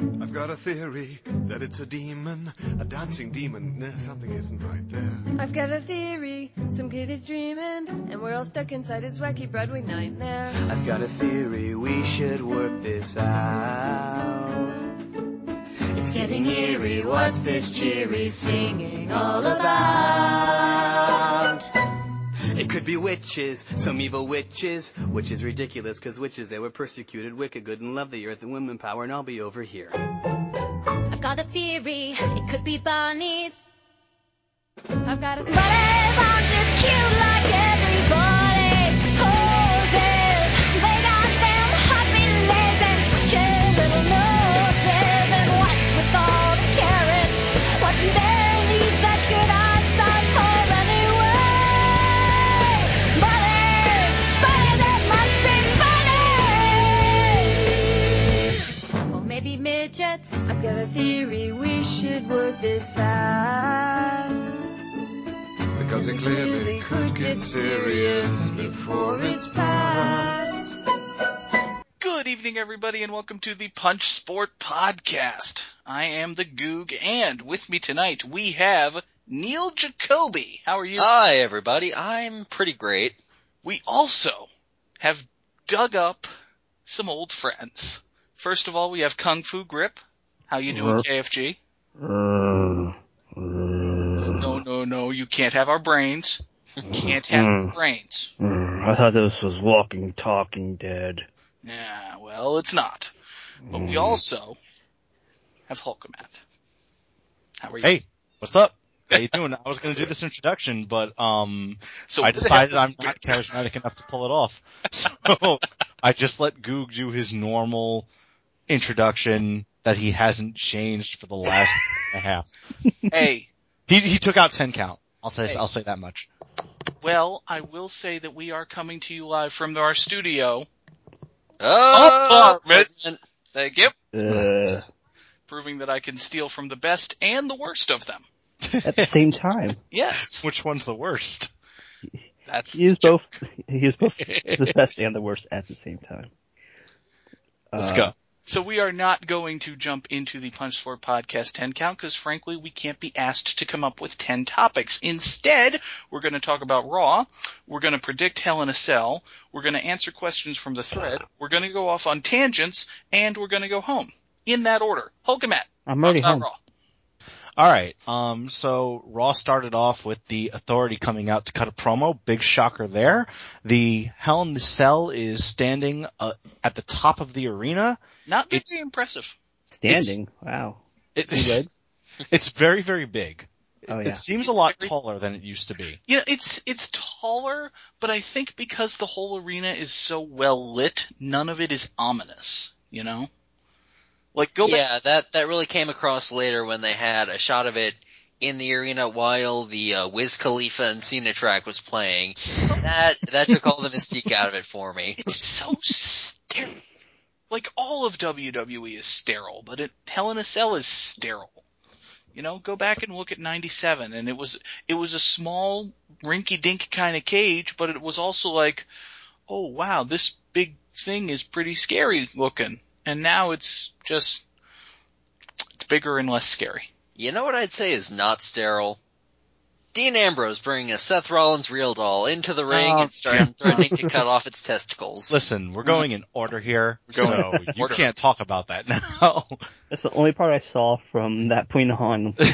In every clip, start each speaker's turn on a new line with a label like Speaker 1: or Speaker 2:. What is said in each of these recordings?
Speaker 1: I've got a theory that it's a demon, a dancing demon. Nah, something isn't right there.
Speaker 2: I've got a theory. Some kid is dreaming, and we're all stuck inside his wacky Broadway nightmare.
Speaker 3: I've got a theory we should work this out. It's getting eerie, what's this cheery singing all about? It could be witches, some evil witches, which is ridiculous, 'cause witches they were persecuted, wicked, good, and love the earth and women power, and I'll be over here.
Speaker 4: I've got a theory. It could be Barney's. I've got a theory. Bunnies aren't just cute like everybody's poses. They got them hot relays and twitching little noses. And what's with all the carrots? What's in their leaves such good eyesight for anyway? Bunnies, bunnies, it must be bunnies. Or maybe midgets.
Speaker 2: I've got a theory we should work this fast.
Speaker 1: Because it clearly could get serious before it's past.
Speaker 5: Good evening, everybody, and welcome to the Punch Sport Podcast. I am the Goog, and with me tonight we have Neil Jacoby. How are you?
Speaker 6: Hi, everybody. I'm pretty great.
Speaker 5: we also have dug up some old friends. First of all, we have Kung Fu Grip. How you doing,
Speaker 7: Uh-huh.
Speaker 5: KFG? No, no, no. You can't have our brains. You can't have our brains.
Speaker 7: Mm-hmm. I thought this was Walking Talking Dead. Mm-hmm.
Speaker 5: Yeah, well, it's not. But we also have Hulkamat. How are you?
Speaker 8: Hey, what's up? How you doing? I was going to do this introduction, but um,
Speaker 5: so
Speaker 8: I
Speaker 5: what the
Speaker 8: decided
Speaker 5: hell-
Speaker 8: I'm not charismatic enough to pull it off, so I just let Goog do his normal introduction that he hasn't changed for the last year and a half.
Speaker 5: Hey,
Speaker 8: He he took out ten count. I'll say I'll say that much.
Speaker 5: well, I will say that we are coming to you live from our studio,
Speaker 6: Apartment. Oh, Thank you.
Speaker 7: Uh,
Speaker 5: proving that I can steal from the best and the worst of them.
Speaker 7: at the same time,
Speaker 5: Yes,
Speaker 8: Which one's the worst?
Speaker 5: that's
Speaker 7: he is both he is both the best and the worst at the same time.
Speaker 8: Let's
Speaker 7: Uh,
Speaker 8: go.
Speaker 5: So we are not going to jump into the Punch Floor Podcast 10 count because frankly we can't be asked to come up with 10 topics. Instead, we're going to talk about Raw. We're going to predict Hell in a Cell. We're going to answer questions from the thread. We're going to go off on tangents and we're going to go home. In that order. Hulkamat.
Speaker 7: I'm already
Speaker 5: talk about
Speaker 7: home.
Speaker 5: Raw.
Speaker 8: All right. Um, so Raw started off with the Authority coming out to cut a promo. Big shocker there. The Hell in the Cell is standing uh, at the top of the arena.
Speaker 5: Not very
Speaker 8: It's-
Speaker 5: impressive.
Speaker 7: Standing. Wow.
Speaker 8: It-
Speaker 7: Good.
Speaker 8: it's very, very big.
Speaker 7: Oh
Speaker 8: It
Speaker 7: yeah.
Speaker 8: seems a lot taller than it used to be.
Speaker 5: You know, it's, it's taller, but I think because the whole arena is so well lit, none of it is ominous, you know? Like go back
Speaker 6: Yeah, that that really came across later when they had a shot of it in the arena while the uh, Wiz Khalifa and Cena track was playing.
Speaker 5: some
Speaker 6: That that took all the mystique out of it for me.
Speaker 5: It's so sterile. Like all of WWE is sterile, but it, Hell in a Cell is sterile. You know, go back and look at '97, and it was it was a small, rinky-dink kind of cage, but it was also like, oh wow, this big thing is pretty scary looking. And now it's just it's bigger and less scary.
Speaker 6: You know what I'd say is not sterile. Dean Ambrose bringing a Seth Rollins real doll into the ring
Speaker 5: Oh,
Speaker 6: and starting threatening to cut off its testicles.
Speaker 8: Listen, we're going in order here,
Speaker 6: We're
Speaker 8: so
Speaker 6: going in
Speaker 8: you
Speaker 6: order.
Speaker 8: can't talk about that now.
Speaker 7: That's the only part I saw from that point on.
Speaker 5: Now we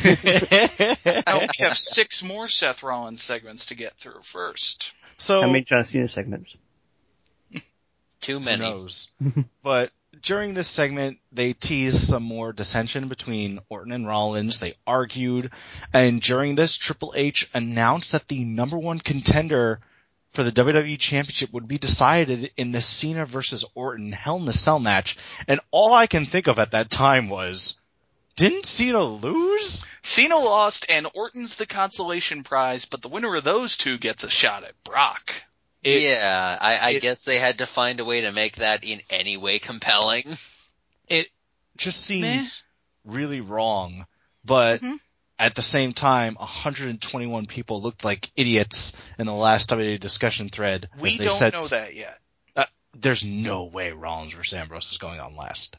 Speaker 5: have six more Seth Rollins segments to get through first.
Speaker 8: so
Speaker 7: How many John Cena segments?
Speaker 6: Too
Speaker 8: Who
Speaker 6: many.
Speaker 8: knows? but during this segment, they teased some more dissension between Orton and Rollins. They argued, and during this, Triple H announced that the number one contender for the WWE Championship would be decided in the Cena versus Orton Hell in a Cell match. And all I can think of at that time was, didn't Cena lose?
Speaker 5: Cena lost and Orton's the consolation prize, but the winner of those two gets a shot at Brock.
Speaker 8: It-
Speaker 6: yeah, I, I
Speaker 8: it-
Speaker 6: guess they had to find a way to make that in any way compelling.
Speaker 8: It just seems really wrong, but
Speaker 5: Mhm.
Speaker 8: at the same time, 121 people looked like idiots in the last WWE discussion thread.
Speaker 5: We
Speaker 8: as they
Speaker 5: don't
Speaker 8: said,
Speaker 5: know that yet.
Speaker 8: There's no way Rollins versus Ambrose is going on last.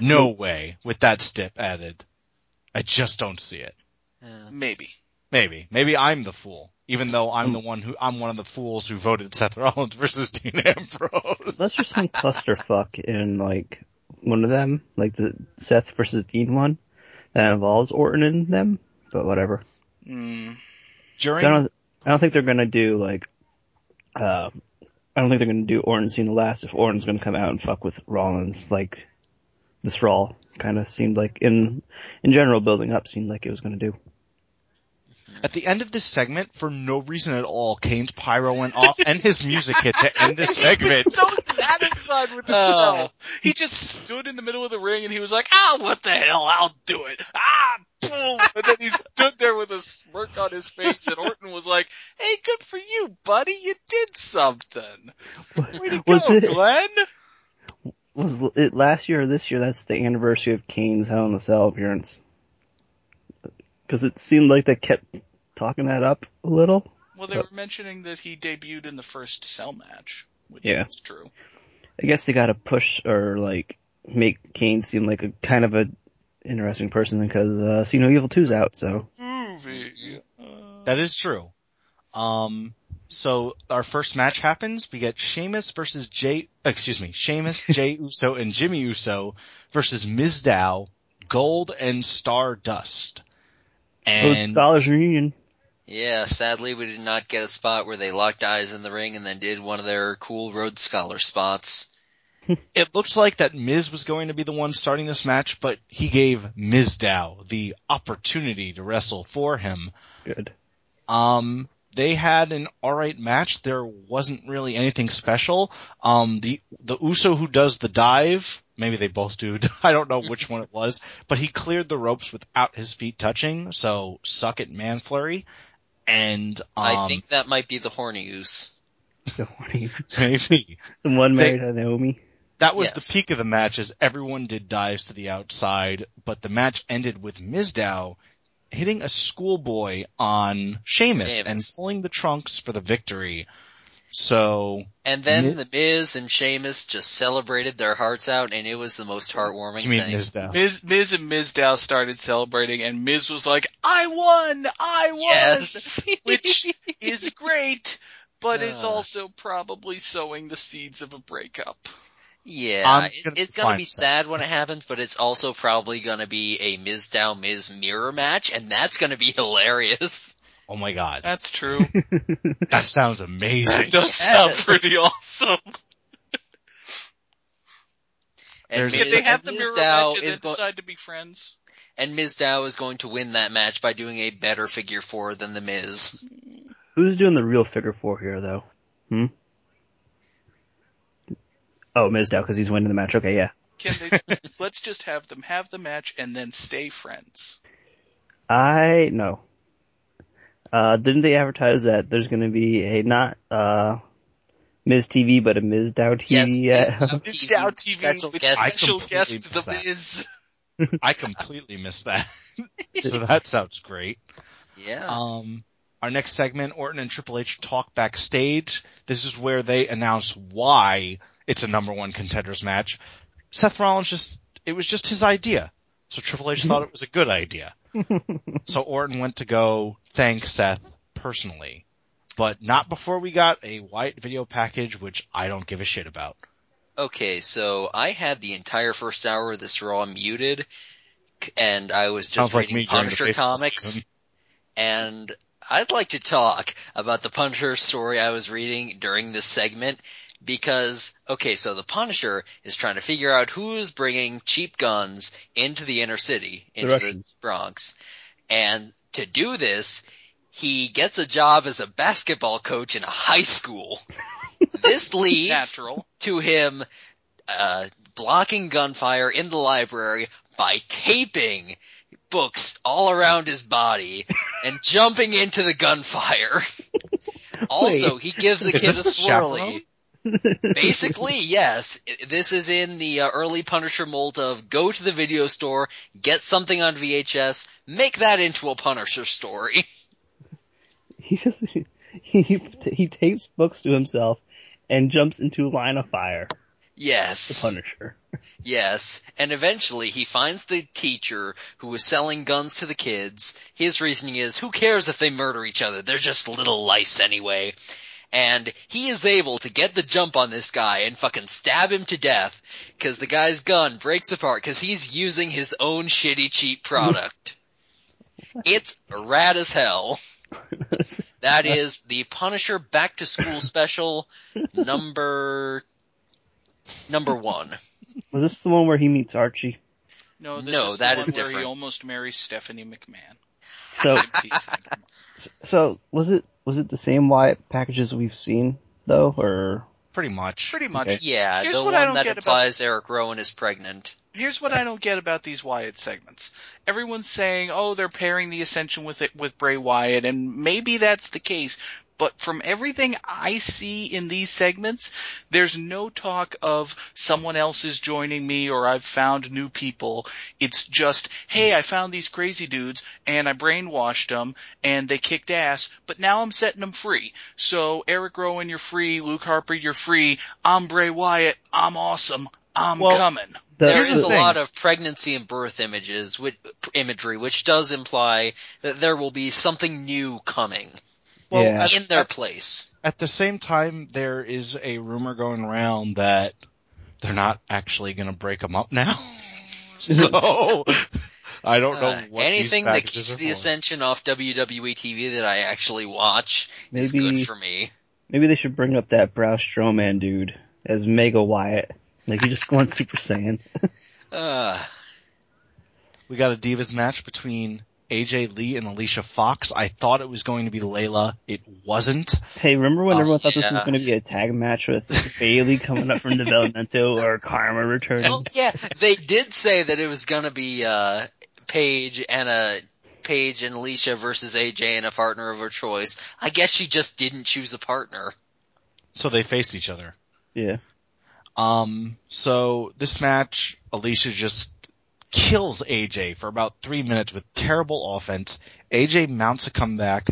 Speaker 8: No way. With that stip added. I just don't see it.
Speaker 6: Yeah.
Speaker 5: Maybe.
Speaker 8: Maybe. Maybe I'm the fool. Even though
Speaker 5: Mm.
Speaker 8: I'm the one who I'm one of the fools who voted Seth Rollins versus Dean Ambrose.
Speaker 7: Let's just some clusterfuck in like one of them, like the Seth versus Dean one that involves Orton in them, but whatever.
Speaker 5: Mm.
Speaker 7: So I
Speaker 8: During
Speaker 7: don't, I don't think they're gonna do like, uh, I don't think they're gonna do Orton Cena last if Orton's gonna come out and fuck with Rollins like this Raw kind of seemed like in in general building up seemed like it was gonna do.
Speaker 8: At the end of this segment, for no reason at all, Kane's pyro went off and his music hit to end this segment.
Speaker 5: He's so satisfied with himself. he just stood in the middle of the ring and he was like, ah, what the hell, I'll do it. Ah, boom. And then he stood there with a smirk on his face and Orton was like, hey, good for you, buddy. You did something. Way to
Speaker 7: Was
Speaker 5: go,
Speaker 7: it-
Speaker 5: Glenn.
Speaker 7: Was it last year or this year? That's the anniversary of Kane's Hell in a Cell appearance. Because it seemed like they kept talking that up a little.
Speaker 5: Well, they were mentioning that he debuted in the first cell match, which
Speaker 7: Yeah.
Speaker 5: is true.
Speaker 7: I guess they gotta push or like make Kane seem like a kind of a interesting person because uh, See No Evil 2's out, so
Speaker 5: Movie.
Speaker 8: That is true. Um, so our first match happens. We get Sheamus versus Jay, excuse me, Sheamus, Jay Uso, and Jimmy Uso versus Mizdow, Gold, and Stardust.
Speaker 7: Old
Speaker 8: And
Speaker 7: Scholars Reunion.
Speaker 6: Yeah, sadly we did not get a spot where they locked eyes in the ring and then did one of their cool Rhodes Scholar spots.
Speaker 8: it looked like that Miz was going to be the one starting this match, but he gave Mizdow the opportunity to wrestle for him.
Speaker 7: Good.
Speaker 8: Um, they had an alright match. There wasn't really anything special. Um, the, the Uso who does the dive, maybe they both do. I don't know which one it was, but he cleared the ropes without his feet touching. So suck it, man flurry. And, um,
Speaker 6: I think that might be the horny use.
Speaker 7: The horny-
Speaker 8: maybe
Speaker 7: the one
Speaker 8: They-
Speaker 7: married to Naomi.
Speaker 8: that was
Speaker 6: Yes.
Speaker 8: the peak of the match as everyone did dives to the outside, but the match ended with Mizdow hitting a schoolboy on Sheamus,
Speaker 6: Sheamus.
Speaker 8: and pulling the trunks for the victory. So
Speaker 6: And then
Speaker 8: Mi-
Speaker 6: the Miz and Sheamus just celebrated their hearts out and it was the most heartwarming
Speaker 8: you mean
Speaker 6: thing.
Speaker 8: Mizdow.
Speaker 5: Miz, Miz and Mizdow started celebrating, and Miz was like, "I won! I won!"
Speaker 6: Yes.
Speaker 5: which is great, but is
Speaker 6: Uh.
Speaker 5: also probably sowing the seeds of a breakup.
Speaker 6: Yeah,
Speaker 8: I'm
Speaker 6: it-
Speaker 8: gonna
Speaker 6: it's gonna
Speaker 8: find
Speaker 6: be
Speaker 8: that.
Speaker 6: sad when it happens, but it's also probably gonna be a Miz down Miz mirror match, and that's gonna be hilarious.
Speaker 8: Oh my god.
Speaker 5: That's true.
Speaker 8: That sounds amazing.
Speaker 5: it does sound pretty awesome.
Speaker 6: And
Speaker 8: There's-
Speaker 5: If
Speaker 6: Miz,
Speaker 5: they have the
Speaker 6: and
Speaker 5: mirror
Speaker 6: Mizdow
Speaker 5: match and
Speaker 6: is
Speaker 5: then
Speaker 6: go-
Speaker 5: decide to be friends.
Speaker 6: and Mizdow is going to win that match by doing a better figure four than the Miz.
Speaker 7: Who's doing the real figure four here though? Hmm. Oh, Mizdow because he's winning the match. Okay, yeah.
Speaker 5: Can they? let's just have them have the match and then stay friends.
Speaker 7: I no. Uh, didn't they advertise that there's going to be a not uh, Ms. TV but a Ms. Dow TV?
Speaker 6: yes,
Speaker 7: uh,
Speaker 6: Mizdow
Speaker 5: Mizdow TV
Speaker 6: special
Speaker 5: with
Speaker 6: guest.
Speaker 8: I
Speaker 5: special
Speaker 8: completely
Speaker 5: guest the
Speaker 8: missed that.
Speaker 5: Miz.
Speaker 8: I completely missed that. so that sounds great.
Speaker 6: Yeah.
Speaker 8: Um, our next segment, Orton and Triple H talk backstage. This is where they announce why it's a number one contenders match. Seth Rollins just, it was just his idea. So Triple H thought it was a good idea. so Orton went to go thank Seth personally, but not before we got a white video package, which I don't give a shit about.
Speaker 6: Okay, so I had the entire first hour of this Raw muted, c- and I was just
Speaker 8: Sounds like
Speaker 6: reading
Speaker 8: me during the
Speaker 6: Punisher
Speaker 8: Facebook
Speaker 6: comics,
Speaker 8: season.
Speaker 6: and I'd like to talk about the Punisher story I was reading during this segment, because, okay, so the Punisher is trying to figure out who's bringing cheap guns into the inner city, into the
Speaker 7: Russians.
Speaker 6: Bronx, and to do this, he gets a job as a basketball coach in a high school. this leads
Speaker 5: Natural.
Speaker 6: to him uh, blocking gunfire in the library by taping books all around his body and jumping into the gunfire. also, he gives a
Speaker 8: Is
Speaker 6: kid a
Speaker 8: this the
Speaker 6: swirly. Basically, yes. I- This is in the uh, early Punisher mold of go to the video store, get something on VHS, make that into a Punisher story.
Speaker 7: he just he he tapes books to himself and jumps into a line of fire.
Speaker 6: Yes.
Speaker 7: The Punisher.
Speaker 6: Yes, and eventually he finds the teacher who was selling guns to the kids. His reasoning is, who cares if they murder each other? They're just little lice anyway. And he is able to get the jump on this guy and fucking stab him to death because the guy's gun breaks apart because he's using his own shitty cheap product. it's rad as hell. That is the Punisher Back to School special number number one.
Speaker 7: Was this the one where he meets Archie?
Speaker 5: No, this
Speaker 6: No,
Speaker 5: is
Speaker 6: that
Speaker 5: the
Speaker 6: is
Speaker 5: one where he
Speaker 6: different.
Speaker 5: almost marries Stephanie McMahon.
Speaker 7: So,
Speaker 5: Peace.
Speaker 7: so was it was it the same Wyatt packages we've seen though, or
Speaker 8: Pretty much.
Speaker 5: Pretty much.
Speaker 7: Okay.
Speaker 6: Yeah,
Speaker 5: Here's
Speaker 6: the
Speaker 5: what
Speaker 6: one
Speaker 5: I don't
Speaker 6: that
Speaker 5: get about-
Speaker 6: implies Eric Rowan is pregnant.
Speaker 5: Here's what I don't get about these Wyatt segments. Everyone's saying, "Oh, they're pairing the Ascension with it with Bray Wyatt," and maybe that's the case. But from everything I see in these segments, there's no talk of someone else is joining me or I've found new people. It's just, "Hey, I found these crazy dudes and I brainwashed them and they kicked ass, but now I'm setting them free." So Eric Rowan, you're free. Luke Harper, you're free. I'm Bray Wyatt. I'm awesome. I'm
Speaker 8: Well,
Speaker 5: coming.
Speaker 7: the,
Speaker 6: there
Speaker 8: Here's
Speaker 6: is
Speaker 8: the
Speaker 6: a
Speaker 8: thing.
Speaker 6: lot of pregnancy and birth images, which, imagery, which does imply that there will be something new coming
Speaker 8: Well,
Speaker 7: Yeah.
Speaker 8: at,
Speaker 6: in their
Speaker 8: at-
Speaker 6: place.
Speaker 8: at the same time, there is a rumor going around that they're not actually going to break them up now. so I don't know
Speaker 6: Uh,
Speaker 8: what these
Speaker 6: anything that
Speaker 8: packages
Speaker 6: keeps
Speaker 8: are
Speaker 6: the
Speaker 8: for.
Speaker 6: Ascension off WWE TV that I actually watch is
Speaker 7: Maybe-
Speaker 6: good for me.
Speaker 7: maybe they should bring up that Brow Strowman dude as Mega Wyatt? Like he just wants Super Saiyan.
Speaker 6: Uh,
Speaker 8: We got a Divas match between AJ Lee and Alicia Fox. I thought it was going to be Layla. It wasn't.
Speaker 7: Hey, remember when
Speaker 6: Oh,
Speaker 7: everyone thought this was
Speaker 6: yeah.
Speaker 7: going to be a tag match with Bailey coming up from Developmento or Karma returning?
Speaker 6: well, yeah, they did say that it was gonna be uh, Paige and a Paige and Alicia versus AJ and a partner of her choice. I guess she just didn't choose a partner.
Speaker 8: So they faced each other.
Speaker 7: Yeah.
Speaker 8: Um, so this match, Alicia just kills AJ for about three minutes with terrible offense. AJ mounts a comeback,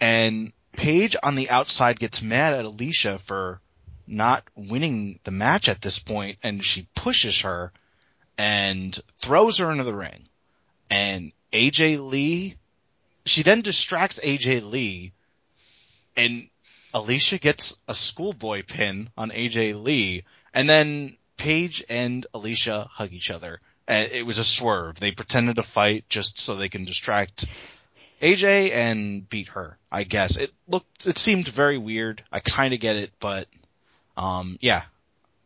Speaker 8: and Paige on the outside gets mad at Alicia for not winning the match at this point, and she pushes her and throws her into the ring. And AJ Lee, she then distracts AJ Lee, and Alicia gets a schoolboy pin on AJ Lee, and then Paige and Alicia hug each other. Uh, it was a swerve. They pretended to fight just so they can distract AJ and beat her. I guess it looked, it seemed very weird. I kind of get it, but um, yeah,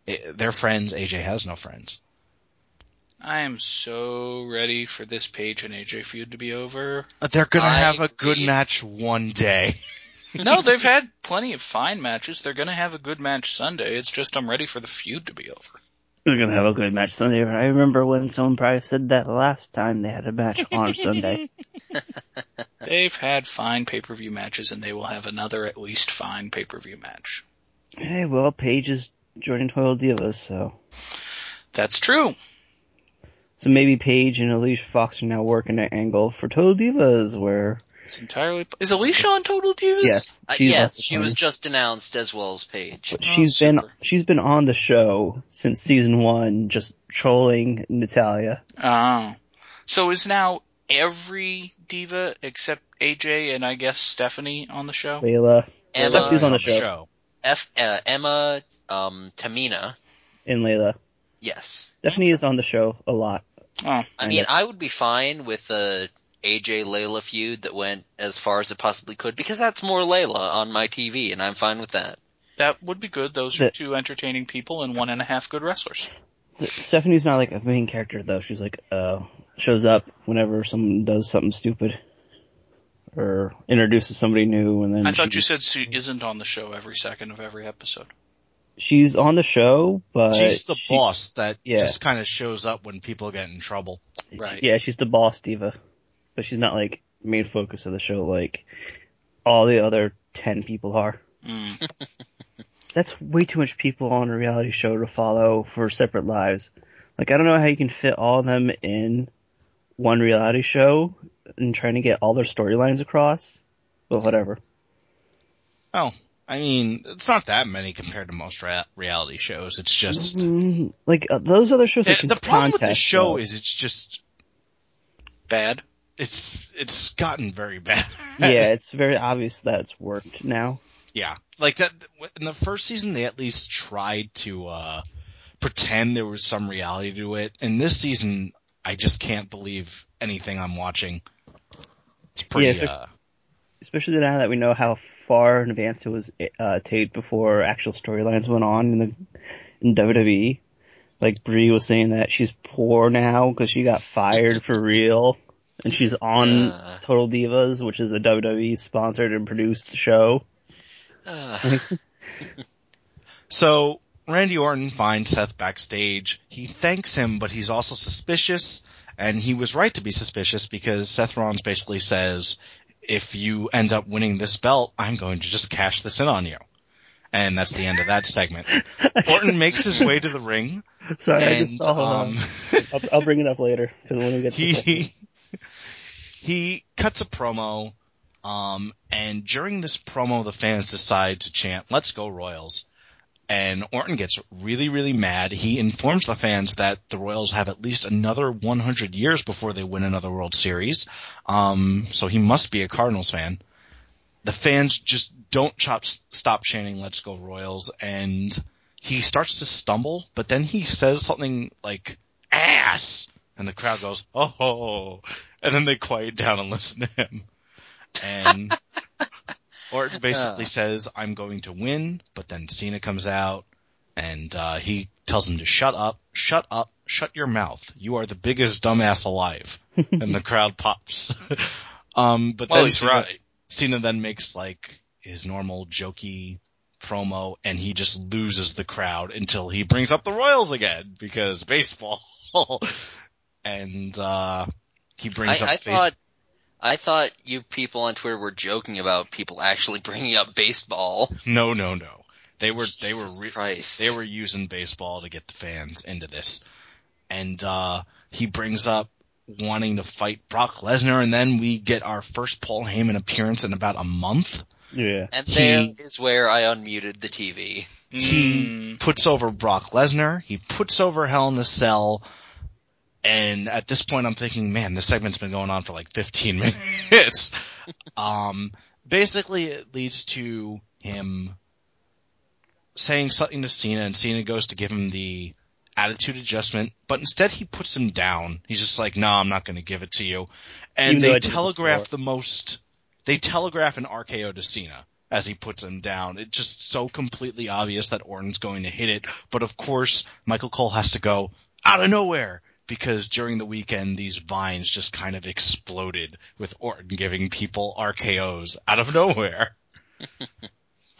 Speaker 8: it, they're friends. AJ has no friends.
Speaker 5: I am so ready for this Paige and AJ feud to be over.
Speaker 8: Uh, They're gonna
Speaker 6: I
Speaker 8: have a good
Speaker 6: agree.
Speaker 8: match one day.
Speaker 5: no, they've had plenty of fine matches. They're going to have a good match Sunday. It's just I'm ready for the feud to be over.
Speaker 7: We're gonna have a good match Sunday. I remember when someone probably said that last time they had a match on Sunday.
Speaker 5: They've had fine pay-per-view matches and they will have another at least fine pay-per-view match.
Speaker 7: Hey, well, Paige is joining Toil Divas, so
Speaker 5: That's true.
Speaker 7: so maybe Paige and Alicia Fox are now working at Angle for Total Divas, where
Speaker 5: It's entirely Is Alicia on Total Divas?
Speaker 7: yes,
Speaker 6: Uh,
Speaker 7: she's
Speaker 6: yes,
Speaker 7: also
Speaker 6: she was
Speaker 7: joining.
Speaker 6: just announced as well as Paige.
Speaker 7: But she's been
Speaker 5: super.
Speaker 7: she's been on the show since season one, just trolling Natalia.
Speaker 5: Oh. So is now every diva except AJ and I guess Stephanie on the show?
Speaker 7: Layla
Speaker 6: Emma,
Speaker 7: Stephanie's on the show.
Speaker 6: F, uh, Emma, um, Tamina.
Speaker 7: and Layla.
Speaker 6: Yes,
Speaker 7: Stephanie is on the show a lot.
Speaker 5: Oh.
Speaker 6: I
Speaker 7: I
Speaker 6: mean
Speaker 7: know.
Speaker 6: I would be fine with uh, a AJ Layla feud that went as far as it possibly could because that's more Layla on my TV, and I'm fine with that.
Speaker 5: That would be good. Those are
Speaker 7: The-
Speaker 5: two entertaining people and one and a half good wrestlers.
Speaker 7: Stephanie's not like a main character though. She's like uh shows up whenever someone does something stupid or introduces somebody new and then
Speaker 5: I thought
Speaker 7: she-
Speaker 5: you said she isn't on the show every second of every episode.
Speaker 7: she's on the show but
Speaker 8: She's the
Speaker 7: she-
Speaker 8: boss that
Speaker 7: yeah.
Speaker 8: just kind of shows up when people get in trouble.
Speaker 5: Right.
Speaker 7: Yeah, she's the boss diva. But she's not like main focus of the show like all the other 10 people are.
Speaker 5: Mm.
Speaker 7: That's way too much people on a reality show to follow for separate lives. Like I don't know how you can fit all of them in one reality show and trying to get all their storylines across, but whatever.
Speaker 8: Oh, I mean, it's not that many compared to most rea- reality shows. It's just
Speaker 7: Mm, like uh, those other shows. like
Speaker 8: the, the problem with the
Speaker 7: contest,
Speaker 8: show
Speaker 7: though.
Speaker 8: is it's just
Speaker 5: Bad.
Speaker 8: it's it's gotten very bad.
Speaker 7: yeah, it's very obvious that it's worked now.
Speaker 8: yeah. Like that in the first season they at least tried to uh pretend there was some reality to it. And this season I just can't believe anything I'm watching. It's pretty
Speaker 7: Yeah, if it-
Speaker 8: uh
Speaker 7: Especially now that we know how far in advance it was uh, taped before actual storylines went on in the in WWE. Like Brie was saying that she's poor now because she got fired for real, and she's on
Speaker 6: Uh.
Speaker 7: Total Divas, which is a WWE sponsored and produced show.
Speaker 6: Ugh.
Speaker 8: So Randy Orton finds Seth backstage. He thanks him, but he's also suspicious, and he was right to be suspicious because Seth Rollins basically says, "If you end up winning this belt, I'm going to just cash this in on you." And that's the end of that segment. Orton makes his way to the ring,
Speaker 7: Sorry, I just
Speaker 8: and
Speaker 7: saw. hold
Speaker 8: um,
Speaker 7: on. I'll, I'll bring it up later because when we get to the
Speaker 8: he he cuts a promo, um, and during this promo, the fans decide to chant "Let's go Royals," and Orton gets really, really mad. He informs the fans that the Royals have at least another 100 years before they win another World Series, um, so he must be a Cardinals fan. The fans just don't chop, stop chanting "Let's go Royals," and he starts to stumble, but then he says something like "ass." and the crowd goes, oh, ho," and then they quiet down and listen to him. And Orton basically
Speaker 6: Uh.
Speaker 8: says, I'm going to win, but then Cena comes out and uh, he tells him to shut up, shut up, shut your mouth. You are the biggest dumbass alive. and the crowd pops. um, but
Speaker 5: Well,
Speaker 8: then
Speaker 5: he's
Speaker 8: Cena,
Speaker 5: right.
Speaker 8: Cena then makes like his normal jokey promo and he just loses the crowd until he brings up the Royals again because baseball. and uh, he brings
Speaker 6: I,
Speaker 8: up
Speaker 6: I
Speaker 8: face-
Speaker 6: thought I thought you people on Twitter were joking about people actually bringing up baseball.
Speaker 8: No, no, no. They were they were
Speaker 6: Jesus
Speaker 8: re-
Speaker 6: Christ.
Speaker 8: they were using baseball to get the fans into this. And uh he brings up wanting to fight Brock Lesnar and then we get our first Paul Heyman appearance in about a month.
Speaker 7: yeah.
Speaker 6: and
Speaker 8: he-
Speaker 6: there is where I unmuted the TV.
Speaker 8: He
Speaker 6: Mm.
Speaker 8: puts over Brock Lesnar, he puts over Hell in a Cell, and at this point I'm thinking, man, this segment's been going on for like 15 minutes. um basically it leads to him saying something to Cena, and Cena goes to give him the attitude adjustment, but instead he puts him down. He's just like, "No, I'm not going to give it to you," and
Speaker 7: Even though I
Speaker 8: they
Speaker 7: did it
Speaker 8: telegraph the most. They telegraph an RKO to Cena as he puts him down. It's just so completely obvious that Orton's going to hit it, but of course Michael Cole has to go out of nowhere. Because during the weekend, these vines just kind of exploded with Orton giving people RKOs out of nowhere.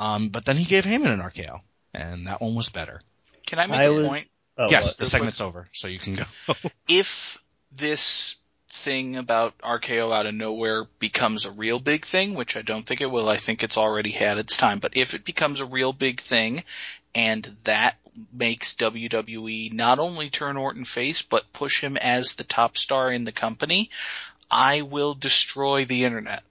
Speaker 8: Um, but then he gave Heyman an RKO, and that one was better.
Speaker 5: Can I make
Speaker 7: I
Speaker 5: a
Speaker 7: was-
Speaker 5: point?
Speaker 7: Oh,
Speaker 8: yes,
Speaker 7: what?
Speaker 8: the segment's over, so you can go.
Speaker 5: if this thing about RKO out of nowhere becomes a real big thing, which I don't think it will, I think it's already had its time, but if it becomes a real big thing and that makes WWE not only turn Orton face, but push him as the top star in the company, I will destroy the internet.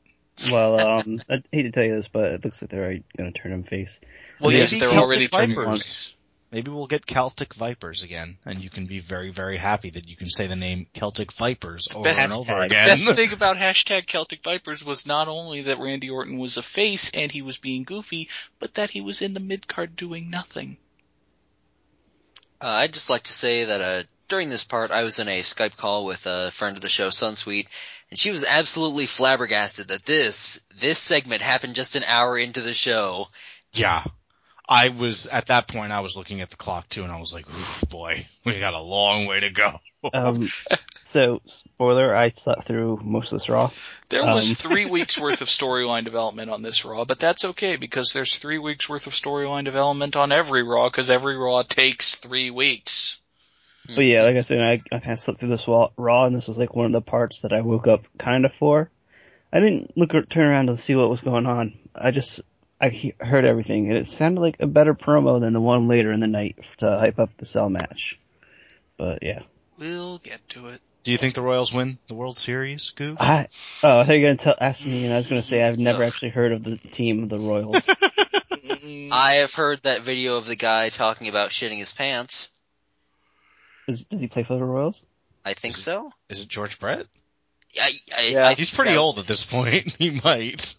Speaker 7: Well, um, I hate to tell you this, but it looks like they're going to turn him face.
Speaker 5: Well,
Speaker 8: Maybe
Speaker 5: yes, they're
Speaker 8: Celtic
Speaker 5: already turning him
Speaker 8: Vipers.
Speaker 5: face.
Speaker 8: Maybe we'll get Celtic Vipers again, and you can be very, very happy that you can say the name Celtic Vipers over
Speaker 5: Best-
Speaker 8: and over
Speaker 7: Hashtag.
Speaker 8: again.
Speaker 5: Best thing about hashtag Celtic Vipers was not only that Randy Orton was a face and he was being goofy, but that he was in the mid card doing nothing.
Speaker 6: Uh, I'd just like to say that uh, during this part, I was in a Skype call with a friend of the show, Sunsweet, and she was absolutely flabbergasted that this this segment happened just an hour into the show.
Speaker 8: Yeah. I was, at that point, I was looking at the clock too, and I was like, "Oof, boy, we got a long way to go.
Speaker 7: Um, so spoiler, I slept through most of this Raw.
Speaker 5: There was
Speaker 7: Um.
Speaker 5: three weeks worth of storyline development on this Raw, but that's okay because there's three weeks worth of storyline development on every Raw because every Raw takes three weeks.
Speaker 7: But yeah, like I said, I, I kind of slept through this wa- Raw, and this was like one of the parts that I woke up kind of for. I didn't look or turn around to see what was going on. I just I he- heard everything, and it sounded like a better promo than the one later in the night to hype up the cell match. But yeah,
Speaker 5: We'll get to it.
Speaker 8: Do you think the Royals win the World Series, Goo?
Speaker 7: I oh, I thought you were gonna tell, ask me, and I was gonna say I've never actually heard of the team, the Royals.
Speaker 8: Mm-hmm.
Speaker 6: I have heard that video of the guy talking about shitting his pants.
Speaker 7: Is, does he play for the Royals?
Speaker 6: I think so.
Speaker 8: Is it George Brett?
Speaker 6: I, I,
Speaker 7: Yeah.
Speaker 6: I
Speaker 8: He's
Speaker 6: think
Speaker 8: pretty
Speaker 6: that was-
Speaker 8: old at this point. He might.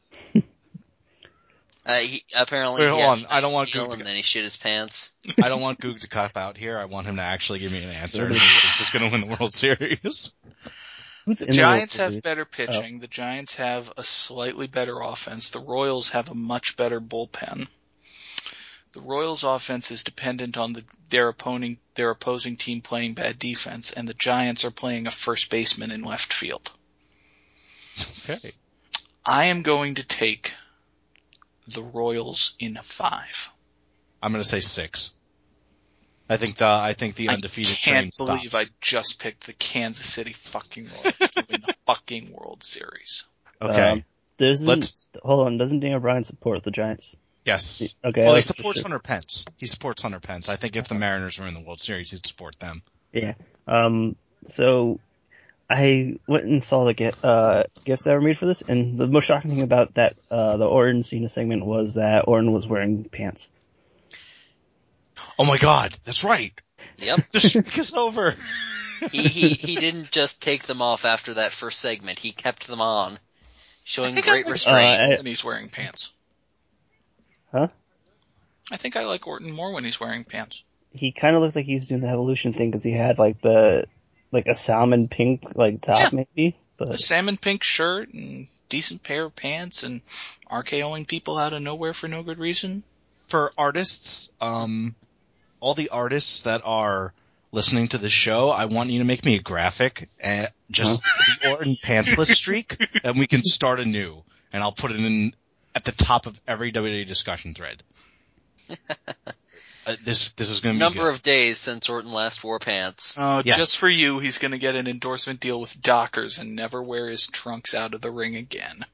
Speaker 6: Uh, he, apparently,
Speaker 8: Wait,
Speaker 6: he
Speaker 8: hold
Speaker 6: had
Speaker 8: on.
Speaker 6: a
Speaker 8: I don't
Speaker 6: nice
Speaker 8: want
Speaker 6: meal
Speaker 8: Goop to
Speaker 6: and then he shit his pants.
Speaker 8: I don't want Goog to cop out here. I want him to actually give me an answer. He's just going to win the World Series.
Speaker 7: Who's in the Oh. World
Speaker 5: Giants have
Speaker 7: Series?
Speaker 5: better pitching. The Giants have a slightly better offense. The Royals have a much better bullpen. The Royals' offense is dependent on the, their opposing their opposing team playing bad defense, and the Giants are playing a first baseman in left field.
Speaker 8: Okay.
Speaker 5: I am going to take the Royals in five.
Speaker 8: I'm going to say six. I think the I think the undefeated
Speaker 5: I can't
Speaker 8: train
Speaker 5: believe I
Speaker 8: stops.
Speaker 5: just picked the Kansas City fucking Royals to win the fucking World Series.
Speaker 8: Okay.
Speaker 7: Um, doesn't-
Speaker 8: Let's-
Speaker 7: hold on. Doesn't Dan O'Brien support the Giants?
Speaker 8: yes.
Speaker 7: okay,
Speaker 8: Well, he
Speaker 7: that's for
Speaker 8: supports
Speaker 7: sure.
Speaker 8: Hunter Pence. He supports Hunter Pence. I think if the Mariners were in the World Series, he'd support them.
Speaker 7: Yeah. Um. So I went and saw the gi- uh, gifts that were made for this, and the most shocking thing about that uh, the Orton Cena segment was that Orton was wearing pants.
Speaker 8: Oh my God, that's right.
Speaker 6: Yep.
Speaker 8: The streak is over.
Speaker 6: He, he he didn't just take them off after that first segment. He kept them on,
Speaker 5: I
Speaker 6: showing
Speaker 5: think
Speaker 6: great
Speaker 5: I like
Speaker 6: restraint.
Speaker 5: Orton
Speaker 7: Uh, I-
Speaker 5: when he's wearing pants.
Speaker 7: Huh?
Speaker 5: I think I like Orton more when he's wearing pants.
Speaker 7: He kind of looked like he was doing the evolution thing because he had like the like a salmon pink like top maybe,
Speaker 5: A
Speaker 7: but
Speaker 5: salmon pink shirt and decent pair of pants and RKOing people out of nowhere for no good reason.
Speaker 8: for artists, um, all the artists that are listening to the show, I want you to make me a graphic, uh, just the Orton pantsless streak, and we can start anew. And I'll put it in at the top of every WWE discussion thread. Uh, this this is going to be
Speaker 6: Number
Speaker 8: good.
Speaker 6: of days since Orton last wore pants.
Speaker 5: Oh,
Speaker 8: Yes.
Speaker 5: just for you, he's gonna get an endorsement deal with Dockers and never wear his trunks out of the ring again.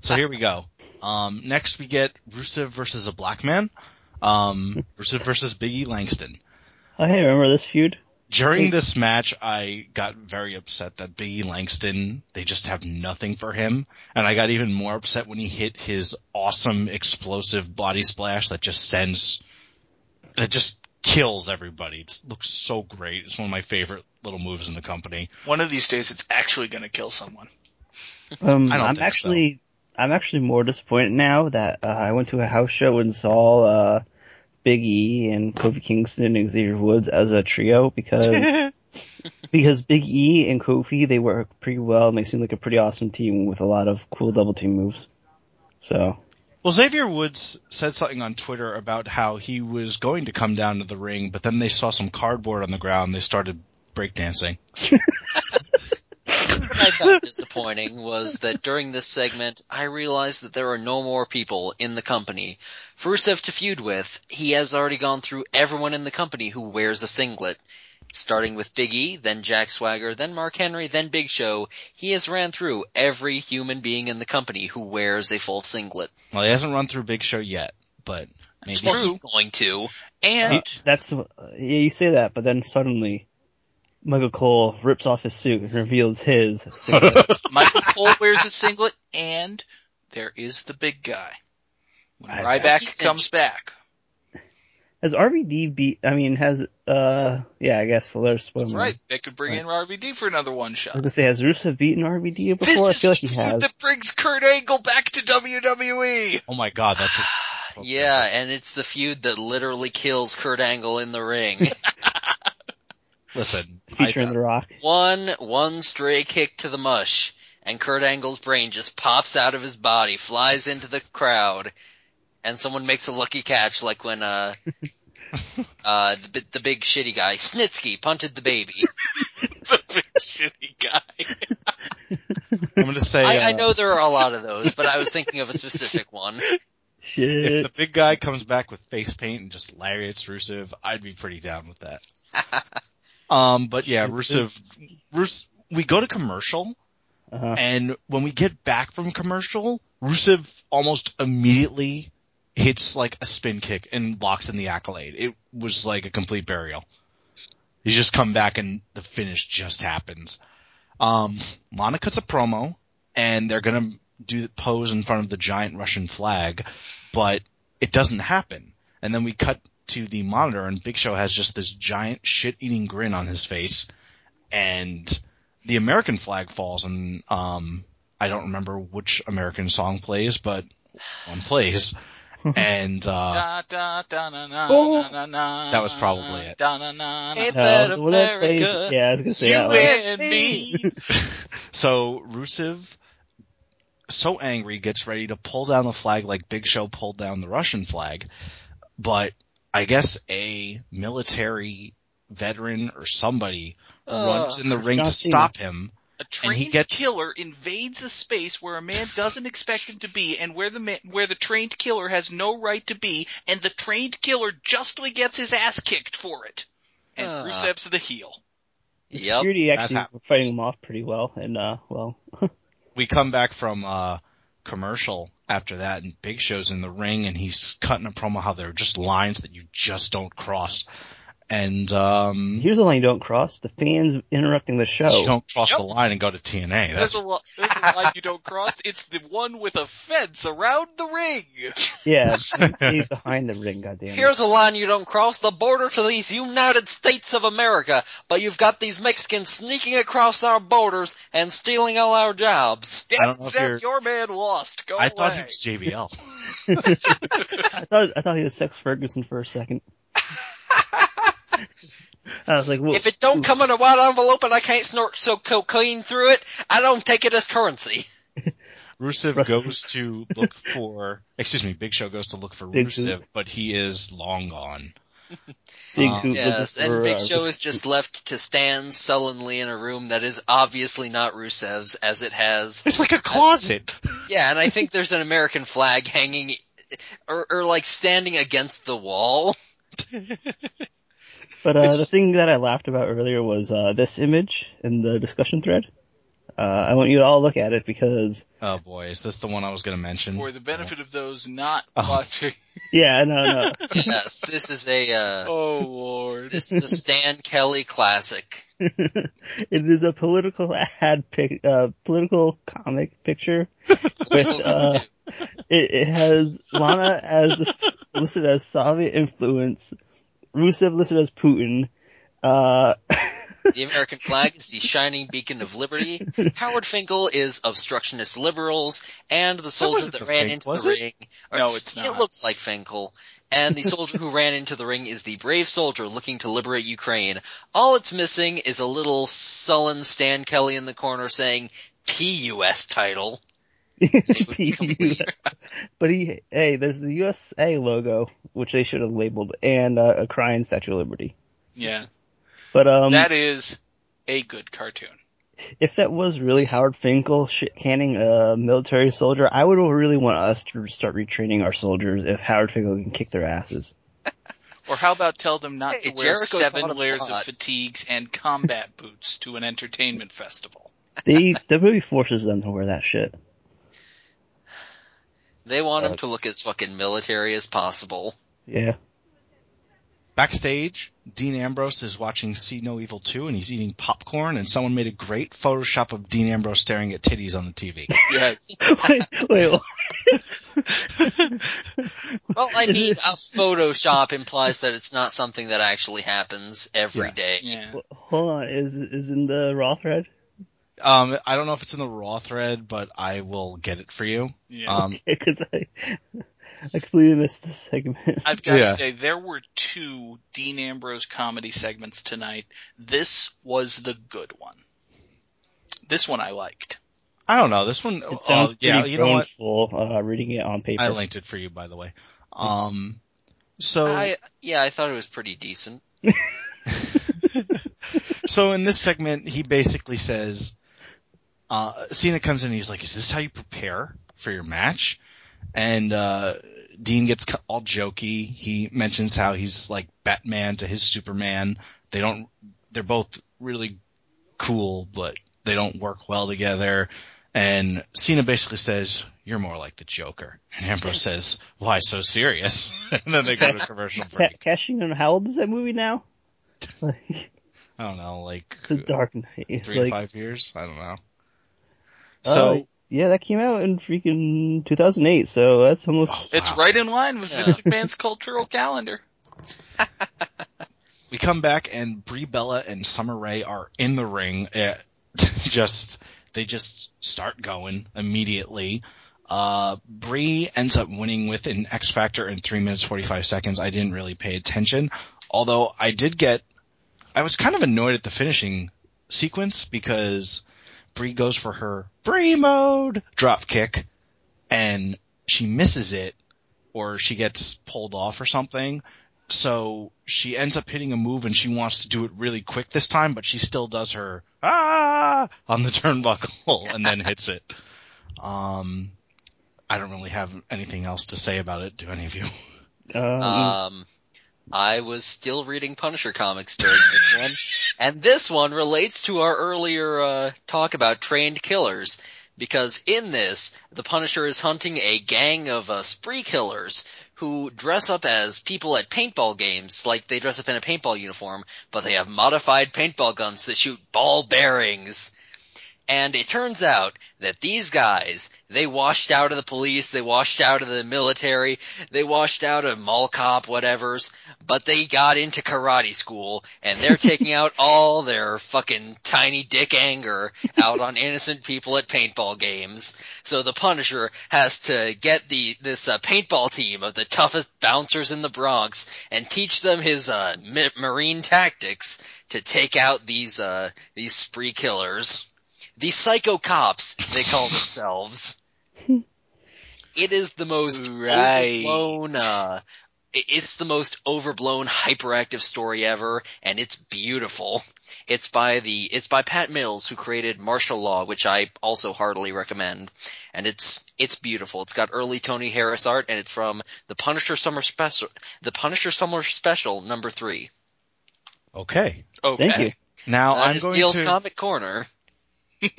Speaker 8: So here we go. Um, next we get Rusev versus a black man. Um, Rusev versus Biggie Langston.
Speaker 7: oh hey, remember this feud?
Speaker 8: During this match, I got very upset that Biggie Langston, they just have nothing for him. And I got even more upset when he hit his awesome explosive body splash that just sends, that just kills everybody. It looks so great. It's one of my favorite little moves in the company.
Speaker 5: One of these days it's actually gonna kill someone.
Speaker 7: Um,
Speaker 8: I don't
Speaker 7: I'm
Speaker 8: think so.
Speaker 7: actually I'm actually more disappointed now that uh, I went to a house show and saw uh, Big E and Kofi Kingston and Xavier Woods as a trio because because Big E and Kofi they work pretty well and they seem like a pretty awesome team with a lot of cool double team moves. So
Speaker 8: Well, Xavier Woods said something on Twitter about how he was going to come down to the ring, but then they saw some cardboard on the ground. They started breakdancing.
Speaker 6: What I found disappointing was that during this segment, I realized that there are no more people in the company. For Rusev to feud with, he has already gone through everyone in the company who wears a singlet. Starting with Big E, then Jack Swagger, then Mark Henry, then Big Show, he has ran through every human being in the company who wears a full singlet.
Speaker 8: Well, he hasn't run through Big Show yet, but maybe
Speaker 6: Well, he's going to.
Speaker 5: And
Speaker 7: uh, that's uh, yeah, you say that, but then suddenly Michael Cole rips off his suit and reveals his. singlet.
Speaker 5: Michael Cole wears a singlet, and there is the big guy. When
Speaker 7: I-
Speaker 5: Ryback comes back,
Speaker 7: has RVD beat? I mean, has uh yeah, I guess well, there's one
Speaker 5: that's
Speaker 7: more.
Speaker 5: right. They could bring in RVD for another one
Speaker 7: I was
Speaker 5: shot.
Speaker 7: gonna say, has Rusev beaten RVD before?
Speaker 5: This
Speaker 7: I
Speaker 5: is
Speaker 7: feel
Speaker 5: the
Speaker 7: like he
Speaker 5: feud
Speaker 7: has.
Speaker 5: that brings Kurt Angle back to WWE.
Speaker 8: Oh my god, that's a
Speaker 6: Yeah, and it's the feud that literally kills Kurt Angle in the ring.
Speaker 8: Listen, I,
Speaker 7: Featuring The Rock.
Speaker 6: one, one stray kick to the mush, and Kurt Angle's brain just pops out of his body, flies into the crowd, and someone makes a lucky catch like when, uh, uh, the, bi- the big shitty guy, Snitsky, punted the baby.
Speaker 5: the big shitty guy.
Speaker 8: I'm going to say
Speaker 6: I, I
Speaker 8: uh,
Speaker 6: know there are a lot of those, but I was thinking of a specific one.
Speaker 8: if
Speaker 7: Shit.
Speaker 8: the big guy comes back with face paint and just lariats Rusev, I'd be pretty down with that. um, but yeah, Rusev, Rus- we go to commercial,
Speaker 7: Uh-huh.
Speaker 8: and when we get back from commercial, Rusev almost immediately hits like a spin kick and locks in the accolade. It was like a complete burial. He's just come back and the finish just happens. Um, Lana cuts a promo and they're gonna do the pose in front of the giant Russian flag, but it doesn't happen. And then we cut to the monitor and Big Show has just this giant shit eating grin on his face and the American flag falls and um I don't remember which American song plays, but one plays. and
Speaker 5: Da,
Speaker 8: uh
Speaker 5: da, da, na, na,
Speaker 7: Oh.
Speaker 5: na, na, na,
Speaker 8: That was probably it.
Speaker 5: Da, na, na, na.
Speaker 6: Ain't
Speaker 7: Uh,
Speaker 6: that
Speaker 7: well, that plays-
Speaker 6: America?
Speaker 7: yeah, I was gonna say that
Speaker 5: You and
Speaker 7: one.
Speaker 5: me.
Speaker 8: so Rusev so angry gets ready to pull down the flag like Big Show pulled down the Russian flag, but I guess a military veteran or somebody runs in the ring
Speaker 7: John
Speaker 8: to
Speaker 7: Cena.
Speaker 8: stop him.
Speaker 5: A
Speaker 8: And he
Speaker 5: trained
Speaker 8: gets-
Speaker 5: killer invades a space where a man doesn't expect him to be, and where the man, where the trained killer has no right to be, and the trained killer justly gets his ass kicked for it. And
Speaker 6: Ah.
Speaker 5: Rusev's the heel.
Speaker 6: Yep.
Speaker 7: Security
Speaker 8: That
Speaker 7: actually
Speaker 8: happens.
Speaker 7: fighting them off pretty well, and uh, well,
Speaker 8: we come back from uh commercial after that and Big Show's in the ring and he's cutting a promo how there are just lines that you just don't cross. And um
Speaker 7: here's the line you don't cross: the fans interrupting the show.
Speaker 8: you don't cross
Speaker 5: Oh. Yep.
Speaker 8: the line and go to TNA.
Speaker 5: There's
Speaker 8: That's
Speaker 5: a, lo- there's a line you don't cross. It's the one with a fence around the ring.
Speaker 7: Yeah, don't stay behind the ring, goddamn. it.
Speaker 6: Here's a line you don't cross the border to these United States of America, but you've got these Mexicans sneaking across our borders and stealing all our jobs.
Speaker 8: I
Speaker 5: Dead
Speaker 8: don't know if
Speaker 5: set,
Speaker 8: you're-
Speaker 5: your man lost. Go
Speaker 8: I
Speaker 5: away.
Speaker 8: thought it was JBL.
Speaker 7: I thought I thought he was Sex Ferguson for a second. I was like, well,
Speaker 6: If it don't come in a white envelope and I can't snort so cocaine through it, I don't take it as currency.
Speaker 8: Rusev goes to look for excuse me, Big Show goes to look for
Speaker 7: Big Show.
Speaker 8: Rusev, but he is long gone.
Speaker 7: Big
Speaker 8: um,
Speaker 7: Hoot
Speaker 6: Yes,
Speaker 7: looking
Speaker 6: and
Speaker 7: for,
Speaker 6: Big
Speaker 7: uh,
Speaker 6: Show is just left to stand sullenly in a room that is obviously not Rusev's, as it has.
Speaker 8: It's like a closet.
Speaker 6: Yeah, and I think there's an American flag hanging, or, or like standing against the wall.
Speaker 7: But uh, the
Speaker 8: It's-
Speaker 7: thing that I laughed about earlier was uh, this image in the discussion thread. Uh, I want you to all look at it because
Speaker 8: Oh boy, is this the one I was gonna mention?
Speaker 5: For the benefit of those not
Speaker 8: Oh.
Speaker 5: watching.
Speaker 7: yeah, no, no,
Speaker 6: Yes, this is a, uh,
Speaker 5: Oh lord.
Speaker 6: this is a Stan Kelly classic.
Speaker 7: it is a political ad pic, uh, political comic picture with uh, it, it has Lana as the, s- listed as Soviet influence, Rusev listed as Putin. Uh,
Speaker 6: The American flag is the shining beacon of liberty. Howard Finkel is obstructionist liberals, and the soldier
Speaker 8: wasn't
Speaker 6: that
Speaker 8: the
Speaker 6: ran
Speaker 8: Fink,
Speaker 6: into
Speaker 8: was
Speaker 6: the
Speaker 8: it?
Speaker 6: ring.
Speaker 5: No, it's
Speaker 6: It
Speaker 5: not.
Speaker 6: looks like Finkel. And the soldier who ran into the ring is the brave soldier looking to liberate Ukraine. All it's missing is a little sullen Stan Kelly in the corner saying PUS title.
Speaker 7: PUS. But he, hey, there's the USA logo, which they should have labeled, and uh, a crying Statue of Liberty.
Speaker 5: Yeah.
Speaker 7: But um,
Speaker 5: that is a good cartoon.
Speaker 7: if that was really Howard Finkel shit canning a military soldier, I would really want us to start retraining our soldiers if Howard Finkel can kick their asses.
Speaker 5: Or how about tell them not
Speaker 6: Hey,
Speaker 5: to wear
Speaker 6: Jericho thought
Speaker 5: seven
Speaker 6: of
Speaker 5: layers of
Speaker 6: lot.
Speaker 5: fatigues and combat boots to an entertainment festival?
Speaker 7: They WWE forces them to wear that shit.
Speaker 6: They want him
Speaker 7: Uh,
Speaker 6: to look as fucking military as possible.
Speaker 7: Yeah.
Speaker 8: Backstage, Dean Ambrose is watching See No Evil 2 and he's eating popcorn and someone made a great Photoshop of Dean Ambrose staring at titties on the TV.
Speaker 5: Yes.
Speaker 7: wait, wait, what?
Speaker 6: Well, I mean, a Photoshop implies that it's not something that actually happens every
Speaker 8: Yes.
Speaker 6: day.
Speaker 5: Yeah.
Speaker 7: hold on. Is is in the Raw thread?
Speaker 8: um, I don't know if it's in the Raw thread, but I will get it for you.
Speaker 5: Yeah.
Speaker 8: Um,
Speaker 7: Because I I completely missed this segment.
Speaker 5: I've got to
Speaker 8: Yeah.
Speaker 5: say, there were two Dean Ambrose comedy segments tonight. This was the good one. This one I liked.
Speaker 8: I don't know. This one,
Speaker 7: It sounds
Speaker 8: oh, yeah,
Speaker 7: pretty
Speaker 8: you know what?
Speaker 7: groanful uh, reading it on paper.
Speaker 8: I linked it for you, by the way. Um, so,
Speaker 6: I, yeah, I thought it was pretty decent.
Speaker 8: so in this segment, he basically says, uh, Cena comes in and he's like, is this how you prepare for your match? And, uh, Dean gets cu- all jokey. He mentions how he's like Batman to his Superman. They don't, they're both really cool, but they don't work well together. And Cena basically says, you're more like the Joker. And Ambrose says, why so serious? and then they go to commercial
Speaker 7: Ca-
Speaker 8: break.
Speaker 7: cashing in. How old is that movie now? Like
Speaker 8: I don't know, like
Speaker 7: The Dark Knight. It's
Speaker 8: three to
Speaker 7: like
Speaker 8: five years. I don't know.
Speaker 7: Oh,
Speaker 8: So
Speaker 7: Yeah, that came out in freaking 2008, so that's almost.
Speaker 5: It's right in line with Vince McMahon's cultural calendar.
Speaker 8: We come back and Brie Bella and Summer Rae are in the ring. eh, just they just start going immediately. Uh, Brie ends up winning with an X Factor in three minutes forty five seconds. I didn't really pay attention, although I did get. I was kind of annoyed at the finishing sequence because Brie goes for her Brie mode drop kick, and she misses it, or she gets pulled off or something. So she ends up hitting a move and she wants to do it really quick this time, but she still does her ah on the turnbuckle and then hits it. Um, I don't really have anything else to say about it. Do any of you?
Speaker 5: Oh,
Speaker 7: Um,
Speaker 5: uh,
Speaker 6: Um, I was still reading Punisher comics during this one, and this one relates to our earlier uh, talk about trained killers. Because in this, the Punisher is hunting a gang of uh, spree killers who dress up as people at paintball games, like they dress up in a paintball uniform, but they have modified paintball guns that shoot ball bearings. And it turns out that these guys, they washed out of the police, they washed out of the military, they washed out of mall cop, whatevers, but they got into karate school and they're taking out all their fucking tiny dick anger out on innocent people at paintball games. So the Punisher has to get the, this uh, paintball team of the toughest bouncers in the Bronx and teach them his, uh, mi- marine tactics to take out these, uh, these spree killers the psycho cops they call themselves. it is the most
Speaker 5: Right.
Speaker 6: overblown. Uh, i- it's the most overblown hyperactive story ever, and it's beautiful. It's by the it's by Pat Mills who created Martial Law, which I also heartily recommend. And it's it's beautiful. It's got early Tony Harris art, and it's from the Punisher Summer Special, the Punisher Summer Special number three.
Speaker 8: Oh, Okay.
Speaker 5: Okay.
Speaker 7: thank you.
Speaker 8: Now
Speaker 6: That
Speaker 8: I'm
Speaker 6: is
Speaker 8: going
Speaker 6: Neil's
Speaker 8: to
Speaker 6: comic corner.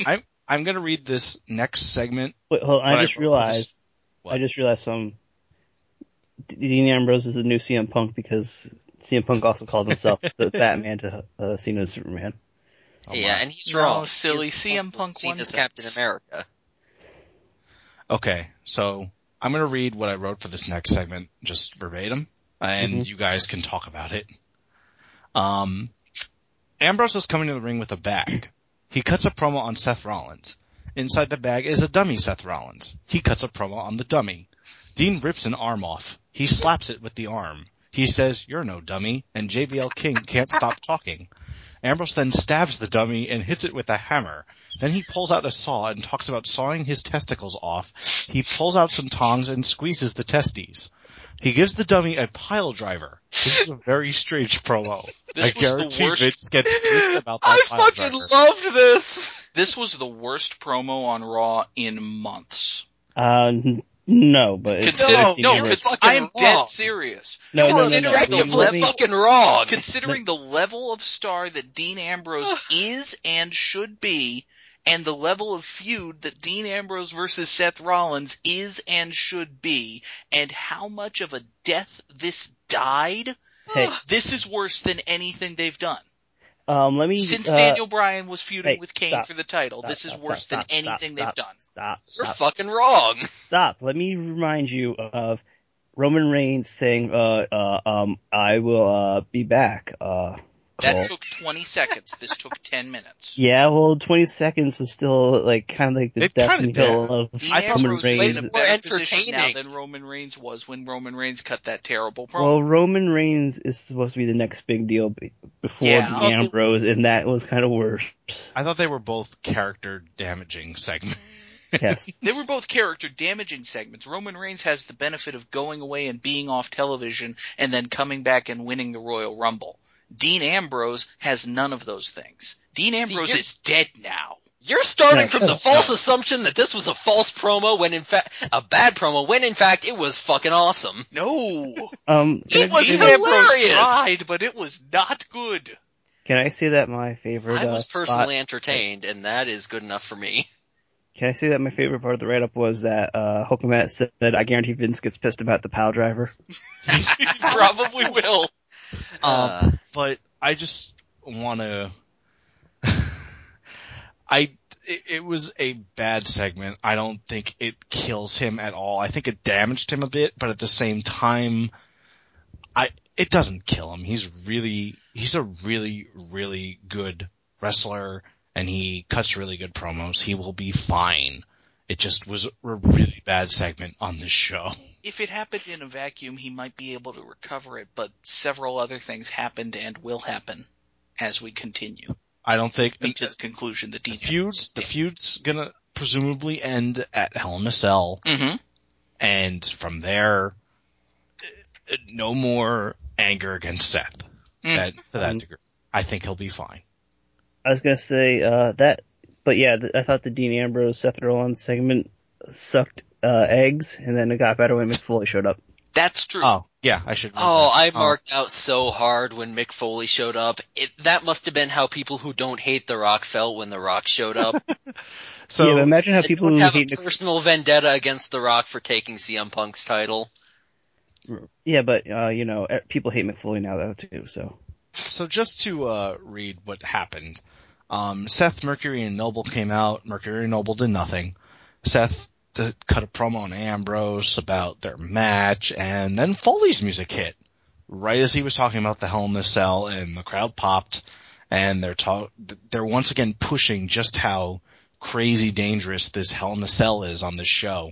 Speaker 8: I'm I'm going to read this next segment.
Speaker 7: Wait, hold on,
Speaker 8: but
Speaker 7: I just
Speaker 8: wrote for
Speaker 7: realized.
Speaker 8: this- What?
Speaker 7: I just realized some. Dean Ambrose is the new CM Punk because CM Punk also called himself the Batman to uh, Cena as Superman.
Speaker 8: Oh,
Speaker 6: yeah,
Speaker 8: wow.
Speaker 6: and he's
Speaker 5: No,
Speaker 6: wrong.
Speaker 5: silly,
Speaker 6: He's
Speaker 5: CM Punk
Speaker 6: seen
Speaker 5: won
Speaker 6: as
Speaker 5: things.
Speaker 6: Captain America.
Speaker 8: Okay, so I'm going to read what I wrote for this next segment, just verbatim, and you guys can talk about it. Um, Ambrose is coming to the ring with a bag. He cuts a promo on Seth Rollins. Inside the bag is a dummy Seth Rollins. He cuts a promo on the dummy. Dean rips an arm off. He slaps it with the arm. He says, you're no dummy, and JBL King can't stop talking. Ambrose then stabs the dummy and hits it with a hammer. Then he pulls out a saw and talks about sawing his testicles off. He pulls out some tongs and squeezes the testes. He gives the dummy a pile driver. This is a very strange promo.
Speaker 5: This
Speaker 8: I
Speaker 5: was the
Speaker 8: guarantee
Speaker 5: worst-
Speaker 8: Vince gets pissed about that
Speaker 5: I
Speaker 8: pile
Speaker 5: fucking
Speaker 8: driver.
Speaker 5: loved this. This was the worst promo on Raw in months.
Speaker 7: Uh, n- no, but it's
Speaker 5: Consider-
Speaker 7: still Dean
Speaker 5: no,
Speaker 7: Ambrose.
Speaker 5: cons-
Speaker 6: fucking
Speaker 5: I am dead
Speaker 6: wrong.
Speaker 5: serious.
Speaker 7: No, no, no, no.
Speaker 5: considering
Speaker 7: Let
Speaker 5: the
Speaker 7: me-
Speaker 5: flip
Speaker 7: let me-
Speaker 5: up
Speaker 6: fucking wrong.
Speaker 5: Considering the level of star that Dean Ambrose is and should be, and the level of feud that Dean Ambrose versus Seth Rollins is and should be, and how much of a death this died,
Speaker 7: Hey,
Speaker 5: this is worse than anything they've done.
Speaker 7: um, let me.
Speaker 5: Since
Speaker 7: uh,
Speaker 5: Daniel Bryan was feuding
Speaker 7: hey,
Speaker 5: with Kane
Speaker 7: stop,
Speaker 5: for the title,
Speaker 7: stop,
Speaker 5: this is
Speaker 7: stop,
Speaker 5: worse
Speaker 7: stop,
Speaker 5: than
Speaker 7: stop,
Speaker 5: anything
Speaker 7: stop,
Speaker 5: they've done.
Speaker 7: Stop.
Speaker 6: You're
Speaker 7: Stop.
Speaker 6: fucking wrong.
Speaker 7: Stop. Let me remind you of Roman Reigns saying, uh, uh, um, I will, uh, be back. Uh,
Speaker 5: That
Speaker 7: well,
Speaker 5: took 20 seconds. This took 10 minutes.
Speaker 7: yeah, well, 20 seconds is still, like, kind of like the
Speaker 8: It
Speaker 7: death
Speaker 8: kinda
Speaker 7: and hill
Speaker 5: Dean
Speaker 7: of
Speaker 6: I thought
Speaker 7: Roman
Speaker 5: Ambrose is in
Speaker 7: Reigns.
Speaker 5: a
Speaker 6: More
Speaker 5: better position now
Speaker 6: entertaining.
Speaker 5: than Roman Reigns was when Roman Reigns cut that terrible promo.
Speaker 7: Well, Roman Reigns is supposed to be the next big deal be- before
Speaker 5: Yeah.
Speaker 7: Dean Ambrose, and that was kind of worse.
Speaker 8: I thought they were both character damaging segments.
Speaker 7: Yes.
Speaker 5: They were both character damaging segments. Roman Reigns has the benefit of going away and being off television and then coming back and winning the Royal Rumble. Dean Ambrose has none of those things. Dean Ambrose
Speaker 6: you're-
Speaker 5: is dead now.
Speaker 6: You're starting
Speaker 7: No,
Speaker 6: from the
Speaker 7: no,
Speaker 6: false assumption that this was a false promo when in fact, a bad promo when in fact it was fucking awesome.
Speaker 5: No.
Speaker 7: Um, can,
Speaker 5: It
Speaker 7: I,
Speaker 5: was
Speaker 6: It's
Speaker 5: Ambrose
Speaker 6: hilarious.
Speaker 5: tried, but it was not good.
Speaker 7: can I say that my favorite,
Speaker 6: I was
Speaker 7: uh, spot-
Speaker 6: personally entertained and that is good enough for me.
Speaker 7: Can I say that my favorite part of the write-up was that uh, Hulkamat said that I guarantee Vince gets pissed about the pile driver.
Speaker 5: You probably will.
Speaker 6: Uh,
Speaker 8: but I just want to. I it, it was a bad segment. I don't think it kills him at all. I think it damaged him a bit, but at the same time, I it doesn't kill him. He's really he's a really really good wrestler, and he cuts really good promos. He will be fine. It just was a really bad segment on this show.
Speaker 5: If it happened in a vacuum, he might be able to recover it, but several other things happened and will happen as we continue.
Speaker 8: I don't think
Speaker 5: Speak to the conclusion that
Speaker 8: the feud the feud's gonna presumably end at Hell in a Cell,
Speaker 5: hmm
Speaker 8: and from there, uh, no more anger against Seth. That to that
Speaker 7: Mm.
Speaker 8: degree, I think he'll be fine.
Speaker 7: I was gonna say uh, that, but yeah, th- I thought the Dean Ambrose Seth Rollins segment sucked uh, eggs, and then it got better when McFoley showed up.
Speaker 5: That's true.
Speaker 8: Oh yeah, I should. read
Speaker 6: Oh,
Speaker 8: that.
Speaker 6: I marked out so hard when Mick Foley showed up. It, that must have been how people who don't hate The Rock felt when The Rock showed up.
Speaker 8: So
Speaker 7: yeah, but imagine how
Speaker 6: They
Speaker 7: people
Speaker 6: don't
Speaker 7: who
Speaker 6: have a
Speaker 7: hate Mc-
Speaker 6: personal vendetta against The Rock for taking CM Punk's title.
Speaker 7: yeah, but uh, you know e- people hate McFoley now though too. So
Speaker 8: so just to uh, read what happened, um, Seth, Mercury, and Noble came out. Mercury and Noble did nothing. Seth d- cut a promo on Ambrose about their match, and then Foley's music hit right as he was talking about the Hell in the Cell, and the crowd popped. And they're talk- they're once again pushing just how crazy dangerous this Hell in the Cell is on this show,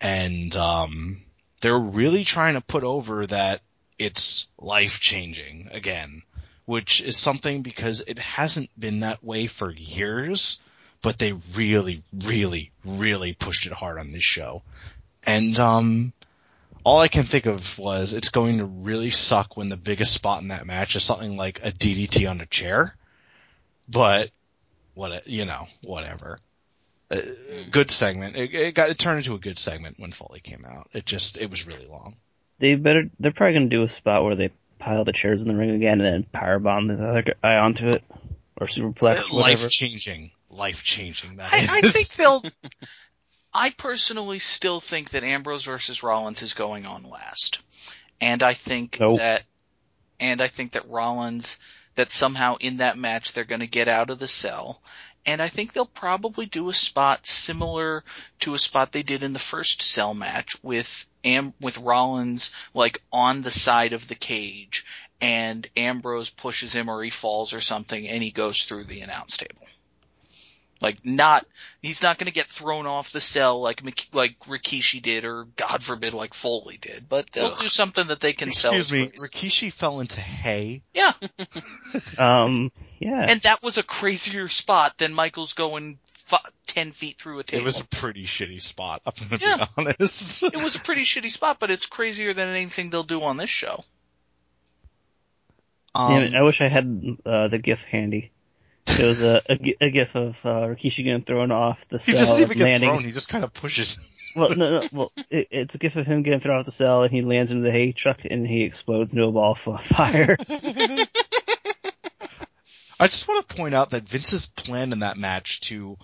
Speaker 8: and um, they're really trying to put over that it's life changing again, which is something because it hasn't been that way for years, but they really, really, really pushed it hard on this show. And, um, all I can think of was it's going to really suck when the biggest spot in that match is something like a DDT on a chair, but what, you know, whatever. Uh, good segment. It, it got, it turned into a good segment when Foley came out. It just, it was really long.
Speaker 7: they better they're probably gonna do a spot where they pile the chairs in the ring again and then power bomb the other guy onto it or superplex whatever.
Speaker 8: life changing, life changing. That
Speaker 5: I, I
Speaker 8: is.
Speaker 5: think they'll. I personally still think that Ambrose versus Rollins is going on last, and I think
Speaker 7: Nope.
Speaker 5: that, and I think that Rollins that somehow in that match they're going to get out of the cell, and I think they'll probably do a spot similar to a spot they did in the first cell match with Am with Rollins like on the side of the cage, and Ambrose pushes him or he falls or something, and he goes through the announce table. Like not, he's not going to get thrown off the cell like Mik- like Rikishi did, or God forbid, like Foley did. But they'll do something that they can sell.
Speaker 8: Excuse
Speaker 5: as
Speaker 8: me,
Speaker 5: crazy.
Speaker 8: Rikishi fell into hay.
Speaker 5: yeah,
Speaker 7: Um, yeah,
Speaker 5: and that was a crazier spot than Michael's going f- ten feet through a table.
Speaker 8: It was a pretty shitty spot. I'm gonna
Speaker 5: Yeah.
Speaker 8: be honest.
Speaker 5: It was a pretty shitty spot, but it's crazier than anything they'll do on this show.
Speaker 7: Damn it, I
Speaker 8: Um,
Speaker 7: wish I had uh, the GIF handy. It was a, a, gi- a GIF of uh, Rikishi getting thrown off the
Speaker 8: he
Speaker 7: cell
Speaker 8: doesn't even
Speaker 7: and
Speaker 8: get
Speaker 7: landing.
Speaker 8: thrown. He just kind of pushes.
Speaker 7: Well, no, no, well, it, it's a GIF of him getting thrown off the cell and he lands into the hay truck and he explodes into a ball of f- fire.
Speaker 8: I just want to point out that Vince's plan in that match to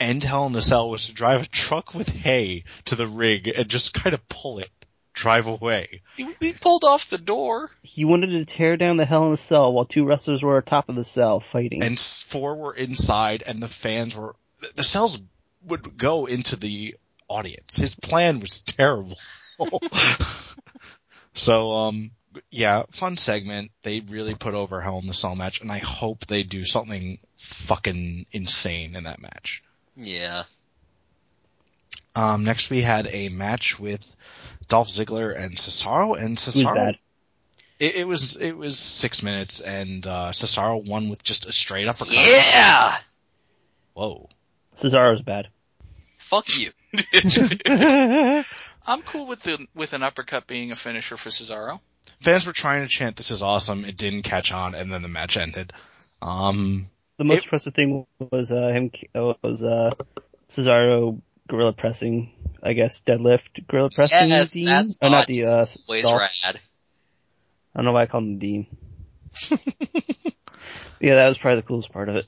Speaker 8: end Hell in a Cell was to drive a truck with hay to the rig and just kind of pull it, drive away.
Speaker 5: He, he pulled off the door.
Speaker 7: he wanted to tear down the hell in a cell while two wrestlers were atop of the cell fighting.
Speaker 8: and s- four were inside, and the fans were th- the cells would go into the audience. His plan was terrible. so, um, yeah, fun segment. They really put over Hell in the Cell match, and I hope they do something fucking insane in that match.
Speaker 6: Yeah.
Speaker 8: Um, next we had a match with Dolph Ziggler and Cesaro, and
Speaker 7: it was
Speaker 8: Cesaro
Speaker 7: bad.
Speaker 8: It, it was it was six minutes, and uh, Cesaro won with just a straight uppercut.
Speaker 6: Yeah!
Speaker 8: Whoa.
Speaker 7: Cesaro's bad.
Speaker 6: Fuck you.
Speaker 5: I'm cool with the with an uppercut being a finisher for Cesaro.
Speaker 8: fans were trying to chant this is awesome it didn't catch on and then the match ended um
Speaker 7: The most
Speaker 8: It-
Speaker 7: impressive thing was uh, him uh, was uh, Cesaro gorilla pressing, I guess deadlift gorilla pressing.
Speaker 6: Yes,
Speaker 7: Dean?
Speaker 6: that's
Speaker 7: oh, not the uh,
Speaker 6: always
Speaker 7: Dolph.
Speaker 6: rad.
Speaker 7: I don't know why I called him Dean. yeah, that was probably the coolest part of it.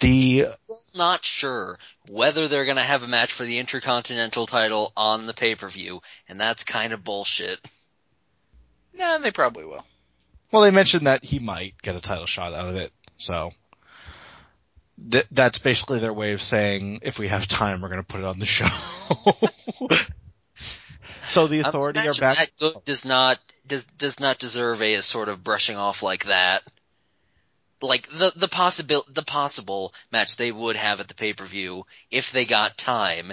Speaker 8: the
Speaker 6: Not sure whether they're gonna have a match for the Intercontinental title on the pay-per-view, and that's kind of bullshit.
Speaker 5: Nah, they probably will.
Speaker 8: well they mentioned that he might get a title shot out of it so th- that's basically their way of saying if we have time, we're going to put it on the show. so the authority are
Speaker 6: Imagine
Speaker 8: back.
Speaker 6: That book does not does does not deserve a sort of brushing off like that. Like the the possible the possible match they would have at the pay per view if they got time,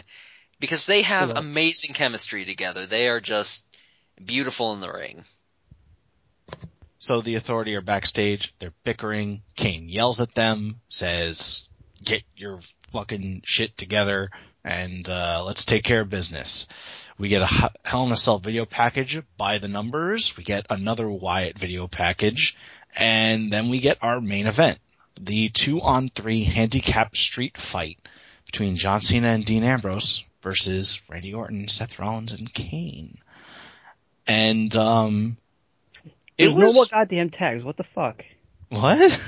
Speaker 6: because they have
Speaker 7: Yeah.
Speaker 6: amazing chemistry together. They are just beautiful in the ring.
Speaker 8: So the authority are backstage. They're bickering. Kane yells at them, says, get your fucking shit together and, uh, let's take care of business. We get a H- Hell in a Cell video package by the numbers. We get another Wyatt video package and then we get our main event. The two on three handicap street fight between John Cena and Dean Ambrose versus Randy Orton, Seth Rollins and Kane. And, um,
Speaker 7: There's
Speaker 8: was-
Speaker 7: no more goddamn tags. What the fuck?
Speaker 8: what?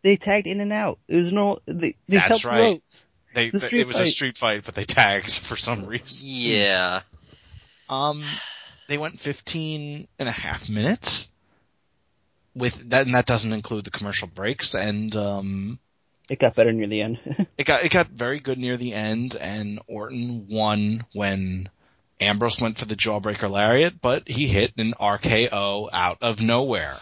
Speaker 7: They tagged in and out. It was normal. They, they
Speaker 8: That's
Speaker 7: kept
Speaker 8: right.
Speaker 7: ropes.
Speaker 8: They,
Speaker 7: The
Speaker 8: they-
Speaker 7: street
Speaker 8: it was a
Speaker 7: fight.
Speaker 8: street fight, but they tagged for some reason.
Speaker 6: Yeah,
Speaker 8: Um, they went 15 and a half minutes with that, and that doesn't include the commercial breaks. And um,
Speaker 7: It got better near the end.
Speaker 8: it got it got very good near the end, and Orton won when Ambrose went for the jawbreaker lariat, but he hit an RKO out of nowhere.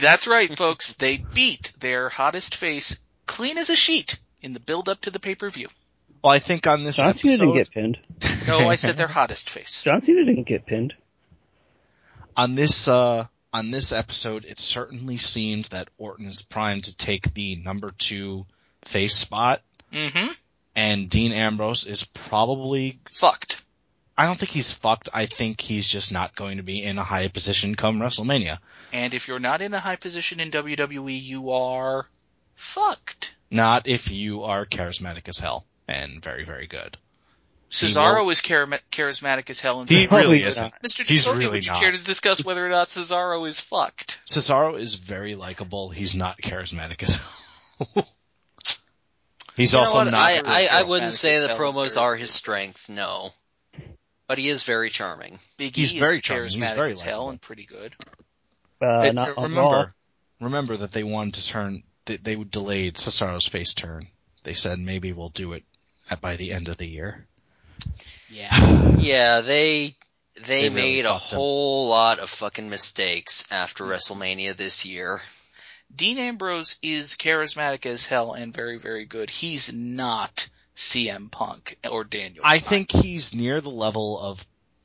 Speaker 5: That's right, folks. They beat their hottest face clean as a sheet in the build up to the pay per view.
Speaker 8: Well, I think on this
Speaker 7: John Cena
Speaker 8: episode,
Speaker 7: didn't get pinned.
Speaker 5: No, I said their hottest face.
Speaker 7: John Cena didn't get pinned.
Speaker 8: on this uh on this episode it certainly seemed that Orton is primed to take the number 2 face spot
Speaker 5: Mm-hmm.
Speaker 8: and Dean Ambrose is probably
Speaker 5: Fucked.
Speaker 8: I don't think he's fucked. I think he's just not going to be in a high position come WrestleMania.
Speaker 5: And if you're not in a high position in WWE, you are fucked.
Speaker 8: Not if you are charismatic as hell and very very good.
Speaker 5: Cesaro is chari- charismatic as hell. And
Speaker 8: He
Speaker 5: very
Speaker 8: really
Speaker 5: good.
Speaker 8: isn't.
Speaker 5: Mr.
Speaker 8: He's
Speaker 5: Jacoby,
Speaker 8: really
Speaker 5: would you
Speaker 8: not.
Speaker 5: care to discuss whether or not Cesaro is fucked?
Speaker 8: Cesaro is very likable. He's not charismatic as hell. he's
Speaker 5: You know
Speaker 8: also
Speaker 5: what?
Speaker 8: not
Speaker 6: I
Speaker 5: really
Speaker 6: I, I
Speaker 5: charismatic
Speaker 6: wouldn't
Speaker 5: as
Speaker 6: say the
Speaker 5: hell,
Speaker 6: promos
Speaker 5: they're-
Speaker 6: are his strength. No, but he is very charming.
Speaker 5: Big
Speaker 8: He's
Speaker 5: E
Speaker 8: very
Speaker 5: is
Speaker 8: charming.
Speaker 5: charismatic
Speaker 8: He's very
Speaker 5: as hell
Speaker 8: likable.
Speaker 5: and pretty good.
Speaker 7: Uh,
Speaker 8: It-
Speaker 7: not on Raw.
Speaker 8: remember, remember that they wanted to turn. They, they delayed Cesaro's face turn. They said maybe we'll do it at, by the end of the year.
Speaker 5: Yeah.
Speaker 6: Yeah, they they,
Speaker 8: They really
Speaker 6: made a
Speaker 8: fucked 'em.
Speaker 6: whole lot of fucking mistakes after WrestleMania this year.
Speaker 5: Dean Ambrose is charismatic as hell and very, very good. He's not CM Punk or Daniel.
Speaker 8: I
Speaker 5: Bryan.
Speaker 8: think he's near the level of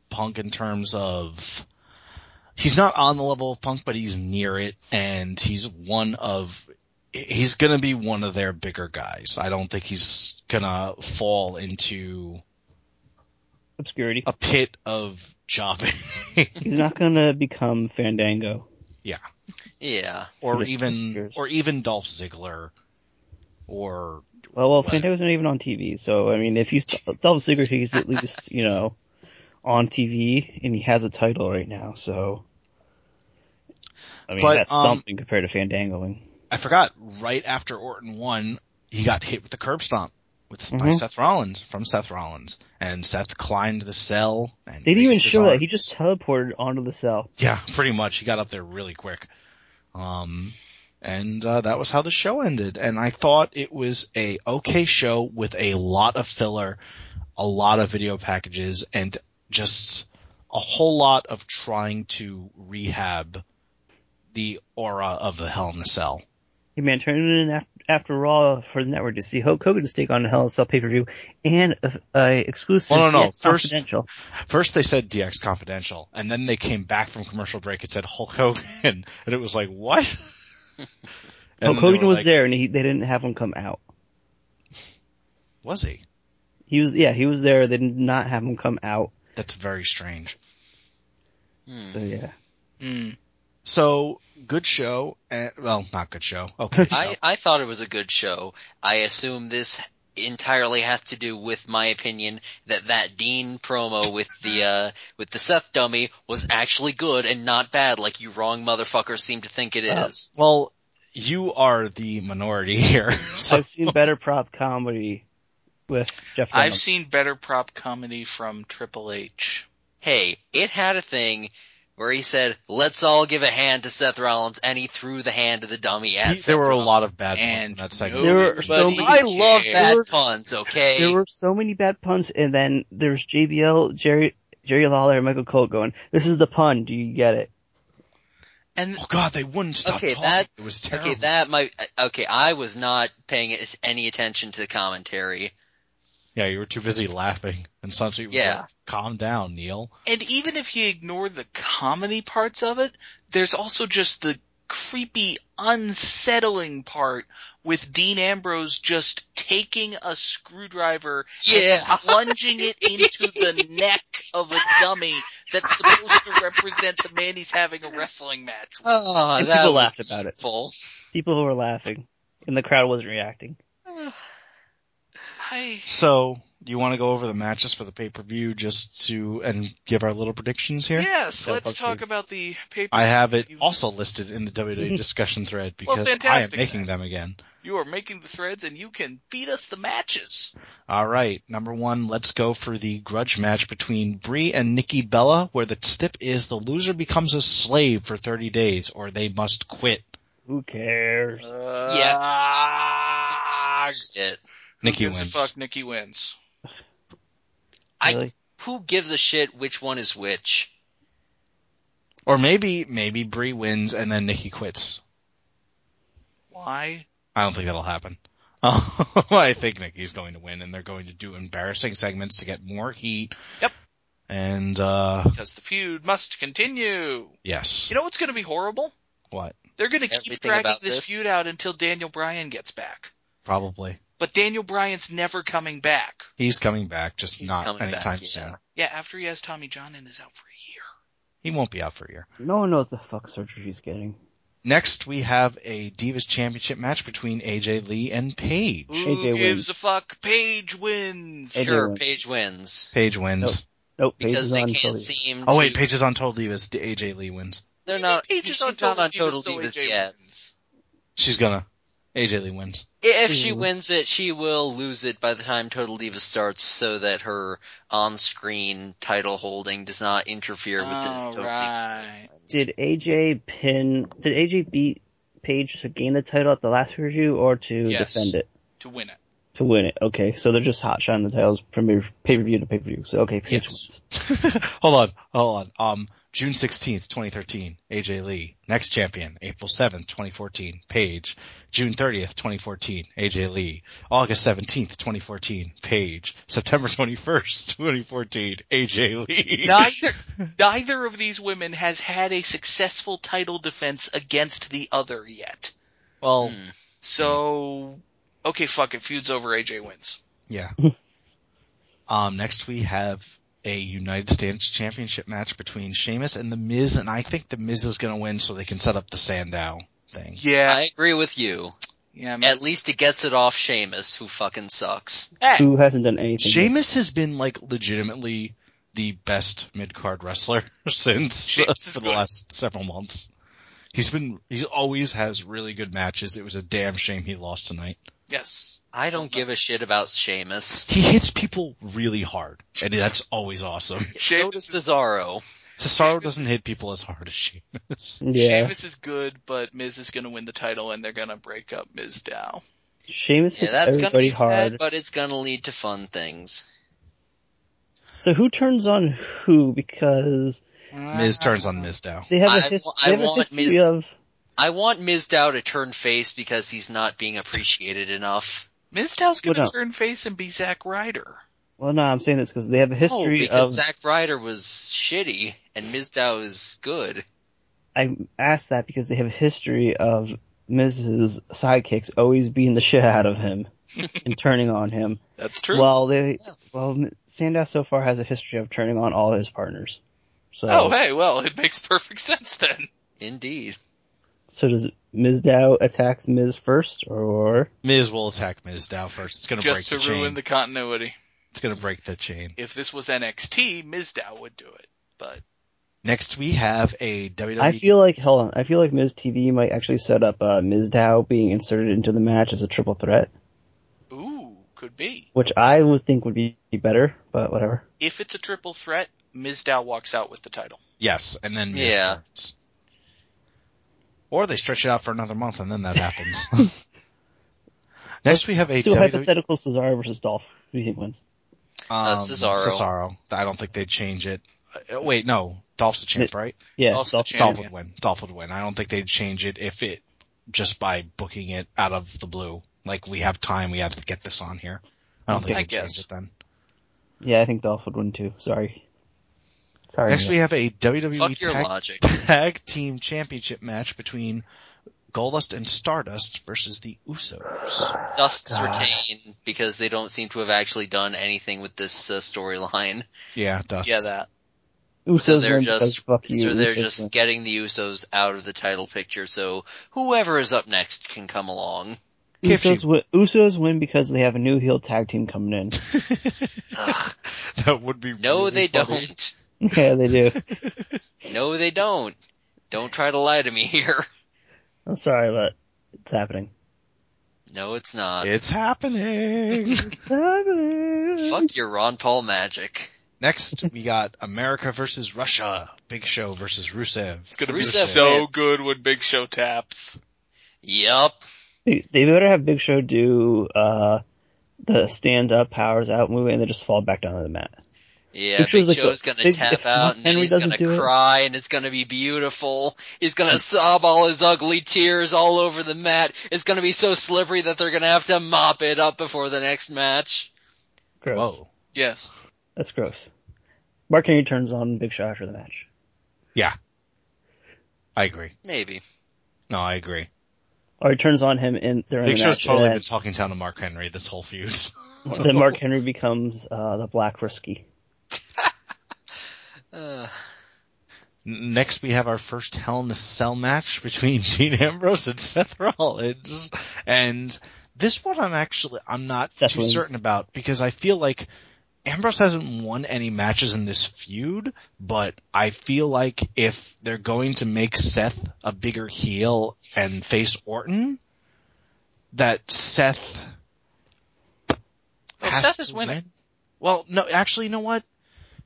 Speaker 8: Punk in terms of he's not on the level of Punk, but he's near it, and he's one of he's gonna be one of their bigger guys. I don't think he's gonna fall into
Speaker 7: Obscurity.
Speaker 8: a pit of jobbing
Speaker 7: He's not gonna become Fandango.
Speaker 6: Yeah.
Speaker 8: or
Speaker 7: Yes,
Speaker 8: even
Speaker 7: yes.
Speaker 8: or even Dolph Ziggler or
Speaker 7: Well, well,
Speaker 8: Right.
Speaker 7: Fandango's not even on TV, so I mean, if he's Dolph Ziggler, he's at least you know on TV, and he has a title right now, so. I mean,
Speaker 8: But,
Speaker 7: that's
Speaker 8: um,
Speaker 7: something compared to Fandangoing.
Speaker 8: I forgot right after Orton won, he got hit with the curb stomp with by
Speaker 7: Mhm.
Speaker 8: Seth Rollins from Seth Rollins, and Seth climbed the cell. And
Speaker 7: They didn't even
Speaker 8: raised his
Speaker 7: show
Speaker 8: arm.
Speaker 7: that. He just teleported onto the cell.
Speaker 8: yeah, pretty much. He got up there really quick. Um, and uh, that was how the show ended. And I thought it was a okay show with a lot of filler, a lot of video packages, and just a whole lot of trying to rehab the aura of the Hell in a Cell.
Speaker 7: Hey man, turn it in after, after Raw for the network to see Hulk Hogan's take on Hell in a Cell pay per view and a, a exclusive
Speaker 8: Well, no, no,
Speaker 7: PS
Speaker 8: first-
Speaker 7: confidential.
Speaker 8: First they said DX Confidential, and then they came back from commercial break and said Hulk Hogan, and it was like, what? And
Speaker 7: Hulk
Speaker 8: then they
Speaker 7: Hogan
Speaker 8: were
Speaker 7: was
Speaker 8: like,
Speaker 7: there, and he, they didn't have him come out.
Speaker 8: Was he?
Speaker 7: He was, yeah, he was there. They did not have him come out.
Speaker 8: That's very strange.
Speaker 6: Hmm.
Speaker 7: So
Speaker 8: Mm.
Speaker 7: yeah,
Speaker 5: Hmm.
Speaker 8: So, good show, and, well, not good show. Okay.
Speaker 6: I, I thought it was a good show. I assume this entirely has to do with my opinion that that Dean promo with the, uh, with the Seth dummy was actually good and not bad like you wrong motherfuckers seem to think it is.
Speaker 8: well, you are the minority here. So,
Speaker 7: I've seen better prop comedy with Jeff. Dunham.
Speaker 5: I've seen better prop comedy from Triple H.
Speaker 6: hey, it had a thing. where he said, "Let's all give a hand to Seth Rollins," and he threw the hand to the dummy at.
Speaker 8: He-
Speaker 6: Seth
Speaker 8: there were a
Speaker 6: Rollins.
Speaker 8: lot of bad ones in
Speaker 5: And
Speaker 8: that segment.
Speaker 7: There were
Speaker 5: nobody
Speaker 7: so many-
Speaker 6: I love
Speaker 5: cared.
Speaker 6: bad
Speaker 7: There were-
Speaker 6: puns. Okay,
Speaker 7: There were so many bad puns, and then there's JBL, Jerry, Jerry Lawler, and Michael Cole going, "This is the pun. Do you get it?"
Speaker 5: And
Speaker 8: Oh god, they wouldn't stop
Speaker 6: Okay,
Speaker 8: talking.
Speaker 6: that-
Speaker 8: it was terrible.
Speaker 6: Okay, that might. Okay, I was not paying it- any attention to the commentary.
Speaker 8: yeah, you were too busy laughing, and Sanji was
Speaker 6: Yeah.
Speaker 8: like, "Calm down, Neil."
Speaker 5: and even if you ignore the comedy parts of it, there's also just the creepy, unsettling part with Dean Ambrose just taking a screwdriver
Speaker 6: Yeah.
Speaker 5: and plunging it into the neck of a dummy that's supposed to represent the man he's having a wrestling match with.
Speaker 8: Uh,
Speaker 6: Oh,
Speaker 7: And
Speaker 6: that
Speaker 7: people
Speaker 6: was
Speaker 7: laughed about it.
Speaker 6: full.
Speaker 7: People were laughing, and the crowd wasn't reacting.
Speaker 5: I,
Speaker 8: So, you want to go over the matches for the pay per view just to and give our little predictions here?
Speaker 5: yes,
Speaker 8: Yeah,
Speaker 5: let's
Speaker 8: fuck
Speaker 5: talk
Speaker 8: you.
Speaker 5: about the paper.
Speaker 8: I have it also listed in the WWE discussion thread
Speaker 5: Well,
Speaker 8: because I am
Speaker 5: fantastic.
Speaker 8: making them again.
Speaker 5: You are making the threads and you can feed us the matches.
Speaker 8: All right, number one, let's go for the grudge match between Brie and Nikki Bella, where the stip is the loser becomes a slave for 30 days or they must quit.
Speaker 7: Who cares?
Speaker 5: Uh, Ah.
Speaker 6: yeah. Shit.
Speaker 8: Nikki
Speaker 5: Who gives
Speaker 8: wins.
Speaker 5: a fuck? Nikki wins.
Speaker 6: I-
Speaker 7: Really?
Speaker 6: Who gives a shit which one is which?
Speaker 8: Or maybe, maybe Brie wins and then Nikki quits.
Speaker 5: Why?
Speaker 8: I don't think that'll happen. I think Nikki's going to win and they're going to do embarrassing segments to get more heat.
Speaker 5: Yep.
Speaker 8: And, uh,
Speaker 5: because the feud must continue.
Speaker 8: yes.
Speaker 5: You know what's going to be horrible?
Speaker 8: what?
Speaker 5: They're going to keep
Speaker 6: Everything
Speaker 5: dragging
Speaker 6: about
Speaker 5: this,
Speaker 6: this?
Speaker 5: feud out until Daniel Bryan gets back.
Speaker 8: Probably.
Speaker 5: But Daniel Bryan's never coming back.
Speaker 8: He's coming back, just
Speaker 6: He's
Speaker 8: not
Speaker 6: coming back,
Speaker 8: anytime
Speaker 6: yeah.
Speaker 8: soon.
Speaker 5: Yeah, after he has Tommy John and is out for a year.
Speaker 8: He won't be out for a year.
Speaker 7: No one knows the fuck surgery he's getting.
Speaker 8: Next, we have a Divas Championship match between AJ Lee and Paige.
Speaker 5: Who
Speaker 7: AJ
Speaker 5: gives
Speaker 7: wins.
Speaker 5: a fuck? Paige wins.
Speaker 7: AJ
Speaker 6: sure,
Speaker 7: wins.
Speaker 6: Paige wins
Speaker 8: Paige wins.
Speaker 7: Nope, Paige
Speaker 6: because
Speaker 7: is
Speaker 6: they
Speaker 7: on
Speaker 6: can't
Speaker 7: Totally.
Speaker 6: seem.
Speaker 8: Oh wait,
Speaker 6: to-
Speaker 8: Paige is on Total Divas. D- AJ Lee wins.
Speaker 6: They're not.
Speaker 5: Paige is
Speaker 6: she's
Speaker 5: on
Speaker 6: not
Speaker 5: Total
Speaker 6: on Total
Speaker 5: Divas, so
Speaker 6: Divas
Speaker 5: AJ
Speaker 6: yet.
Speaker 5: wins.
Speaker 8: She's gonna. AJ Lee wins.
Speaker 6: If she wins it, she will lose it by the time Total Divas starts, so that her on-screen title holding does not interfere with the
Speaker 5: All
Speaker 6: Total
Speaker 5: right.
Speaker 6: Divas.
Speaker 7: Did AJ pin? Did AJ beat Paige to gain the title at the last review or to
Speaker 5: Yes.
Speaker 7: defend it
Speaker 5: To win it.
Speaker 7: to win it? Okay, so they're just hot shotting the titles from pay per view to pay per view. So okay, Paige
Speaker 8: Yes.
Speaker 7: wins.
Speaker 8: hold on, hold on. Um, June sixteenth, twenty thirteen. AJ Lee, next champion. April seventh, twenty fourteen. Paige. June thirtieth, twenty fourteen. AJ Lee. August seventeenth, twenty fourteen. Paige. September twenty first, twenty fourteen. AJ Lee.
Speaker 5: Neither, neither of these women has had a successful title defense against the other yet.
Speaker 8: Well,
Speaker 5: So, okay, fuck it. Feud's over. AJ wins.
Speaker 8: Yeah. um, next we have a United States Championship match between Sheamus and The Miz, and I think The Miz is going to win so they can set up the Sandow thing.
Speaker 5: Yeah,
Speaker 6: I agree with you.
Speaker 5: yeah. Man.
Speaker 6: At least it gets it off Sheamus, who fucking sucks.
Speaker 5: Hey,
Speaker 7: Who hasn't done anything? yet?
Speaker 8: Sheamus has been like legitimately the best mid-card wrestler since uh,
Speaker 5: Sheamus is
Speaker 8: for the
Speaker 5: good.
Speaker 8: last several months. He's been, he always has really good matches. It was a damn shame he lost tonight.
Speaker 5: yes.
Speaker 6: I don't give a shit about Sheamus.
Speaker 8: He hits people really hard, and that's always awesome.
Speaker 6: So does Cesaro.
Speaker 8: Cesaro doesn't hit people as hard as Sheamus.
Speaker 7: Yeah, Sheamus,
Speaker 5: Sheamus is good, but Miz is gonna win the title, and they're gonna break up Miz Dow.
Speaker 6: Yeah,
Speaker 7: hits
Speaker 6: that's gonna
Speaker 7: everybody
Speaker 6: be sad,
Speaker 7: hard.
Speaker 6: but it's gonna lead to fun things.
Speaker 7: So who turns on who? Because
Speaker 8: Miz turns on Miz now.
Speaker 7: they have a,
Speaker 6: I
Speaker 7: his-
Speaker 6: wa-
Speaker 7: they
Speaker 6: I
Speaker 7: have a
Speaker 6: want
Speaker 7: history
Speaker 6: Miz-
Speaker 7: of.
Speaker 6: I want Mizdow to turn face because he's not being appreciated enough.
Speaker 5: Miz Dow's gonna
Speaker 7: What up?
Speaker 5: turn face and be Zack Ryder.
Speaker 7: Well, no, I'm saying this because they have a
Speaker 6: Oh,
Speaker 7: history of.
Speaker 6: because Zack Ryder was shitty and Mizdow is good.
Speaker 7: I asked that because they have a history of Miz's sidekicks always beating the shit out of him and turning on him.
Speaker 5: That's true.
Speaker 7: While they,
Speaker 6: Yeah.
Speaker 7: well, Sandow so far has a history of turning on all his partners. So,
Speaker 5: oh, hey, well, it makes perfect sense then.
Speaker 6: Indeed.
Speaker 7: so does Mizdow attack Miz first, or
Speaker 8: Miz will attack Miz Dow first. It's gonna
Speaker 5: Just to
Speaker 8: break the
Speaker 5: ruin
Speaker 8: chain.
Speaker 5: the continuity.
Speaker 8: It's gonna break the chain.
Speaker 5: If this was NXT, Miz Dow would do it. But
Speaker 8: Next, we have a E WWE.
Speaker 7: I feel like hold on, I feel like Miz TV might actually set up uh, Mizdow being inserted into the match as a triple threat.
Speaker 5: ooh, Could be.
Speaker 7: which I would think would be better, but whatever.
Speaker 5: If it's a triple threat, Mizdow walks out with the title.
Speaker 8: Yes, and then Miz
Speaker 6: Yeah.
Speaker 8: turns. Or they stretch it out for another month, and then that happens. Next, we have a
Speaker 7: So
Speaker 8: WWE,
Speaker 7: hypothetical Cesaro versus Dolph. Who do you think wins?
Speaker 8: um,
Speaker 6: Cesaro.
Speaker 8: Cesaro. I don't think they'd change it. Uh, wait, no, Dolph's the champ,
Speaker 7: It-
Speaker 8: right?
Speaker 7: Yeah,
Speaker 5: Dolph's the
Speaker 7: Dolph.
Speaker 5: champ.
Speaker 8: Dolph would win. Dolph would win. I don't think they'd change it if it just by booking it out of the blue. Like we have time, we have to get this on here. I don't think
Speaker 5: I
Speaker 8: they'd change
Speaker 5: guess.
Speaker 8: it then.
Speaker 7: Yeah, I think Dolph would win too. Sorry. Sorry.
Speaker 8: Next,
Speaker 7: Nick.
Speaker 8: we have a WWE
Speaker 6: Fuck your
Speaker 8: tag
Speaker 6: logic.
Speaker 8: tag team championship match between Goldust and Stardust versus the Usos.
Speaker 6: Dust's retain because they don't seem to have actually done anything with this uh, storyline.
Speaker 8: Yeah, Dust.
Speaker 5: Yeah, that.
Speaker 7: Usos
Speaker 6: So they're
Speaker 7: win because
Speaker 6: just
Speaker 7: fuck you.
Speaker 6: so they're
Speaker 7: Usos
Speaker 6: just
Speaker 7: win.
Speaker 6: getting the Usos out of the title picture. So whoever is up next can come along.
Speaker 7: Usos win, Usos win because they have a new heel tag team coming in.
Speaker 8: that would be
Speaker 6: No,
Speaker 8: really
Speaker 6: they
Speaker 8: funny.
Speaker 6: don't.
Speaker 7: yeah, they do.
Speaker 6: No, they don't. Don't try to lie to me here.
Speaker 7: I'm sorry, but it's happening.
Speaker 6: No, it's not.
Speaker 8: It's happening.
Speaker 7: It's happening.
Speaker 6: Fuck your Ron Paul magic.
Speaker 8: Next, we got America versus Russia. Big Show versus Rusev.
Speaker 5: It's gonna be
Speaker 6: Rusev
Speaker 5: so
Speaker 6: wins.
Speaker 5: good when Big Show taps.
Speaker 6: Yup.
Speaker 7: They they better have Big Show do uh the stand up, powers out move, and then just fall back down to the mat.
Speaker 6: Yeah,
Speaker 7: Big
Speaker 6: Big,
Speaker 7: Show's like
Speaker 6: Show's
Speaker 7: the-
Speaker 6: gonna
Speaker 7: Big-
Speaker 6: tap
Speaker 7: if Mark
Speaker 6: out and then
Speaker 7: Henry
Speaker 6: he's
Speaker 7: doesn't
Speaker 6: gonna
Speaker 7: do it-
Speaker 6: cry and it's gonna be beautiful. He's gonna sob all his ugly tears all over the mat. It's gonna be so slippery that they're gonna have to mop it up before the next match.
Speaker 7: Gross.
Speaker 8: Whoa.
Speaker 5: Yes.
Speaker 7: That's gross. Mark Henry turns on Big Show after the match.
Speaker 8: Yeah. I agree.
Speaker 6: Maybe.
Speaker 8: No, I agree.
Speaker 7: Or he turns on him in during
Speaker 8: Big
Speaker 7: the
Speaker 8: Show's
Speaker 7: match.
Speaker 8: totally been
Speaker 7: and
Speaker 8: talking down to Mark Henry this whole feud.
Speaker 7: then, then Mark Henry becomes uh the Black Risky.
Speaker 6: Uh,
Speaker 8: Next, we have our first Hell in a Cell match between Dean Ambrose and Seth Rollins, and this one I'm actually I'm not
Speaker 7: Seth
Speaker 8: too
Speaker 7: wins.
Speaker 8: certain about because I feel like Ambrose hasn't won any matches in this feud, but I feel like if they're going to make Seth a bigger heel and face Orton, that Seth
Speaker 5: Well,
Speaker 8: has
Speaker 5: Seth
Speaker 8: to
Speaker 5: is winning.
Speaker 8: win. Well, no, actually, you know what?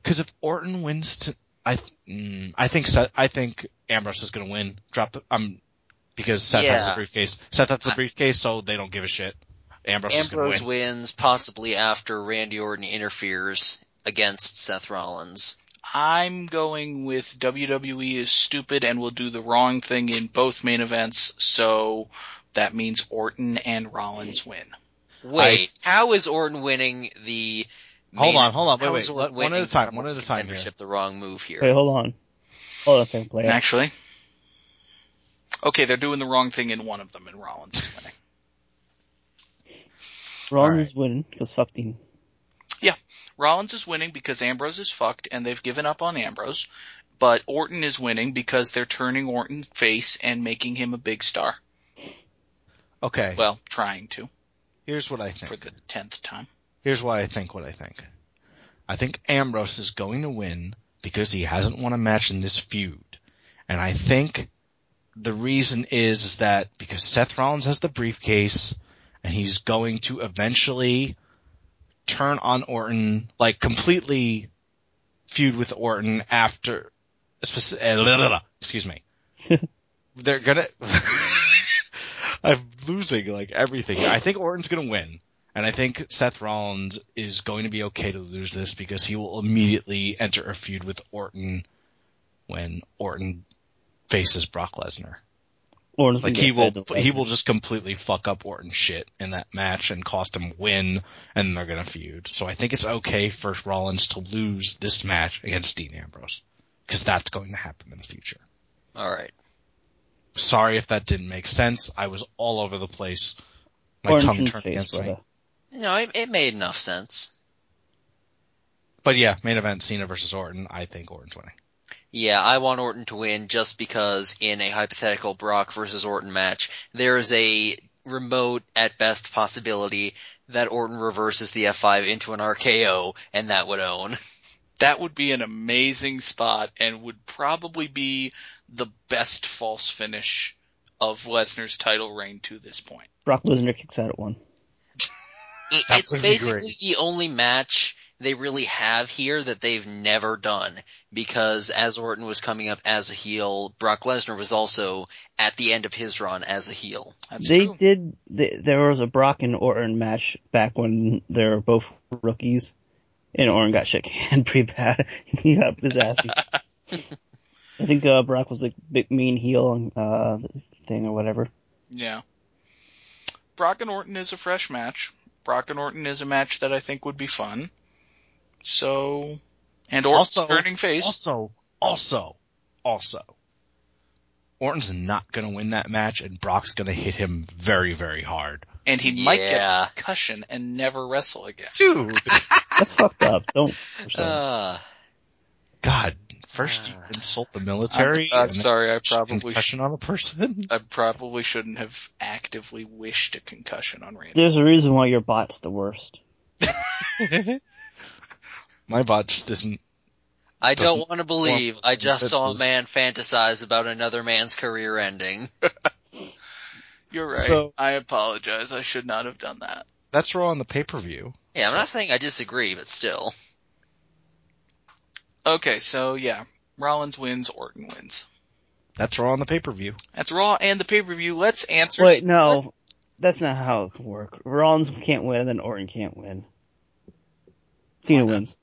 Speaker 8: Because if Orton wins, to, I th- mm, I think Seth, I think Ambrose is going to win. Drop the um because Seth has the
Speaker 6: Yeah.
Speaker 8: briefcase. Seth has the briefcase, so they don't give a shit. Ambrose, is going
Speaker 6: Ambrose
Speaker 8: to win.
Speaker 6: wins possibly after Randy Orton interferes against Seth Rollins.
Speaker 5: I'm going with WWE is stupid and will do the wrong thing in both main events, so that means Orton and Rollins win.
Speaker 6: Wait, how is Orton winning the
Speaker 8: Hold
Speaker 6: main-
Speaker 8: on, hold on, wait,
Speaker 6: how
Speaker 8: wait,
Speaker 6: is
Speaker 8: let-
Speaker 6: Orton
Speaker 8: one at
Speaker 6: winning
Speaker 8: a time,
Speaker 6: the
Speaker 8: one at a time here.
Speaker 6: contendership the wrong move here.
Speaker 7: Wait, hold on. Hold on a second, play. it.
Speaker 5: Actually. Okay, they're doing the wrong thing in one of them and Rollins is winning.
Speaker 7: Rollins
Speaker 8: All right.
Speaker 7: is winning because fuck Dean.
Speaker 5: Rollins is winning because Ambrose is fucked and they've given up on Ambrose, but Orton is winning because they're turning Orton face and making him a big star.
Speaker 8: Okay,
Speaker 5: Well, trying to
Speaker 8: here's what I
Speaker 5: for
Speaker 8: think.
Speaker 5: the tenth time.
Speaker 8: Here's why I think what I think. I think Ambrose is going to win because he hasn't won a match in this feud. And I think the reason is, is that because Seth Rollins has the briefcase and he's going to eventually turn on Orton, like completely feud with Orton after, speci- eh, la, la, la, excuse me. They're gonna, I'm losing like everything. I think Orton's gonna win. And I think Seth Rollins is going to be okay to lose this because he will immediately enter a feud with Orton when Orton faces Brock Lesnar.
Speaker 7: Orton's
Speaker 8: Like
Speaker 7: gonna
Speaker 8: he
Speaker 7: get
Speaker 8: will,
Speaker 7: fed to
Speaker 8: he
Speaker 7: Lesnar.
Speaker 8: will just completely fuck up Orton's shit in that match and cost him win, and they're gonna feud. So I think it's okay for Rollins to lose this match against Dean Ambrose because that's going to happen in the future.
Speaker 6: Alright.
Speaker 8: Sorry if that didn't make sense. I was all over the place. My
Speaker 7: Orton
Speaker 8: tongue
Speaker 7: can
Speaker 8: turned
Speaker 7: face
Speaker 8: against
Speaker 7: for
Speaker 8: me.
Speaker 7: the-
Speaker 6: No, it, it made enough sense.
Speaker 8: But yeah, main event Cena versus Orton. I think Orton's winning.
Speaker 6: Yeah, I want Orton to win just because in a hypothetical Brock versus Orton match, there is a remote at best possibility that Orton reverses the F5 into an RKO and that would own.
Speaker 5: That would be an amazing spot and would probably be the best false finish of Lesnar's title reign to this point.
Speaker 7: Brock Lesnar kicks out at one.
Speaker 6: It-
Speaker 8: That
Speaker 6: it's
Speaker 8: would be great.
Speaker 6: basically the only match they really have here that they've never done because as Orton was coming up as a heel, Brock Lesnar was also at the end of his run as a heel.
Speaker 5: That's
Speaker 7: they
Speaker 5: true.
Speaker 7: did. They, there was a Brock and Orton match back when they were both rookies, and Orton got shook hand pretty bad. he got his ass. beat. I think uh, Brock was like big mean heel uh, thing or whatever.
Speaker 5: Yeah. Brock and Orton is a fresh match. Brock and Orton is a match that I think would be fun. So, and Orton's
Speaker 8: Also-
Speaker 5: turning face.
Speaker 8: Also, also, also, Orton's not going to win that match, and Brock's going to hit him very, very hard.
Speaker 5: and he might get
Speaker 6: Yeah.
Speaker 5: a concussion and never wrestle again.
Speaker 8: Dude,
Speaker 7: That's fucked up. Don't. push that.
Speaker 6: Uh,
Speaker 8: God, first you insult the military.
Speaker 5: I'm, I'm
Speaker 8: and then
Speaker 5: sorry, I
Speaker 8: you
Speaker 5: probably sh-
Speaker 8: concussion on a person.
Speaker 5: I probably shouldn't have actively wished a concussion on Randy.
Speaker 7: There's a reason why your bot's the worst.
Speaker 8: My bot just isn't.
Speaker 6: I don't
Speaker 8: Doesn't
Speaker 6: want to believe
Speaker 8: form
Speaker 6: I just saw a
Speaker 8: consensus.
Speaker 6: man fantasize about another man's career ending.
Speaker 5: You're right.
Speaker 8: So-
Speaker 5: I apologize. I should not have done that.
Speaker 8: That's raw on the pay per view.
Speaker 6: Yeah, I'm not saying I disagree, but still.
Speaker 5: Okay, so yeah, Rollins wins, Orton wins.
Speaker 8: That's raw on the pay per view.
Speaker 5: That's Raw and the pay-per-view. Let's answer.
Speaker 7: Wait, no, that's not how it can work. Rollins can't win, and then Orton can't win. Cena wins.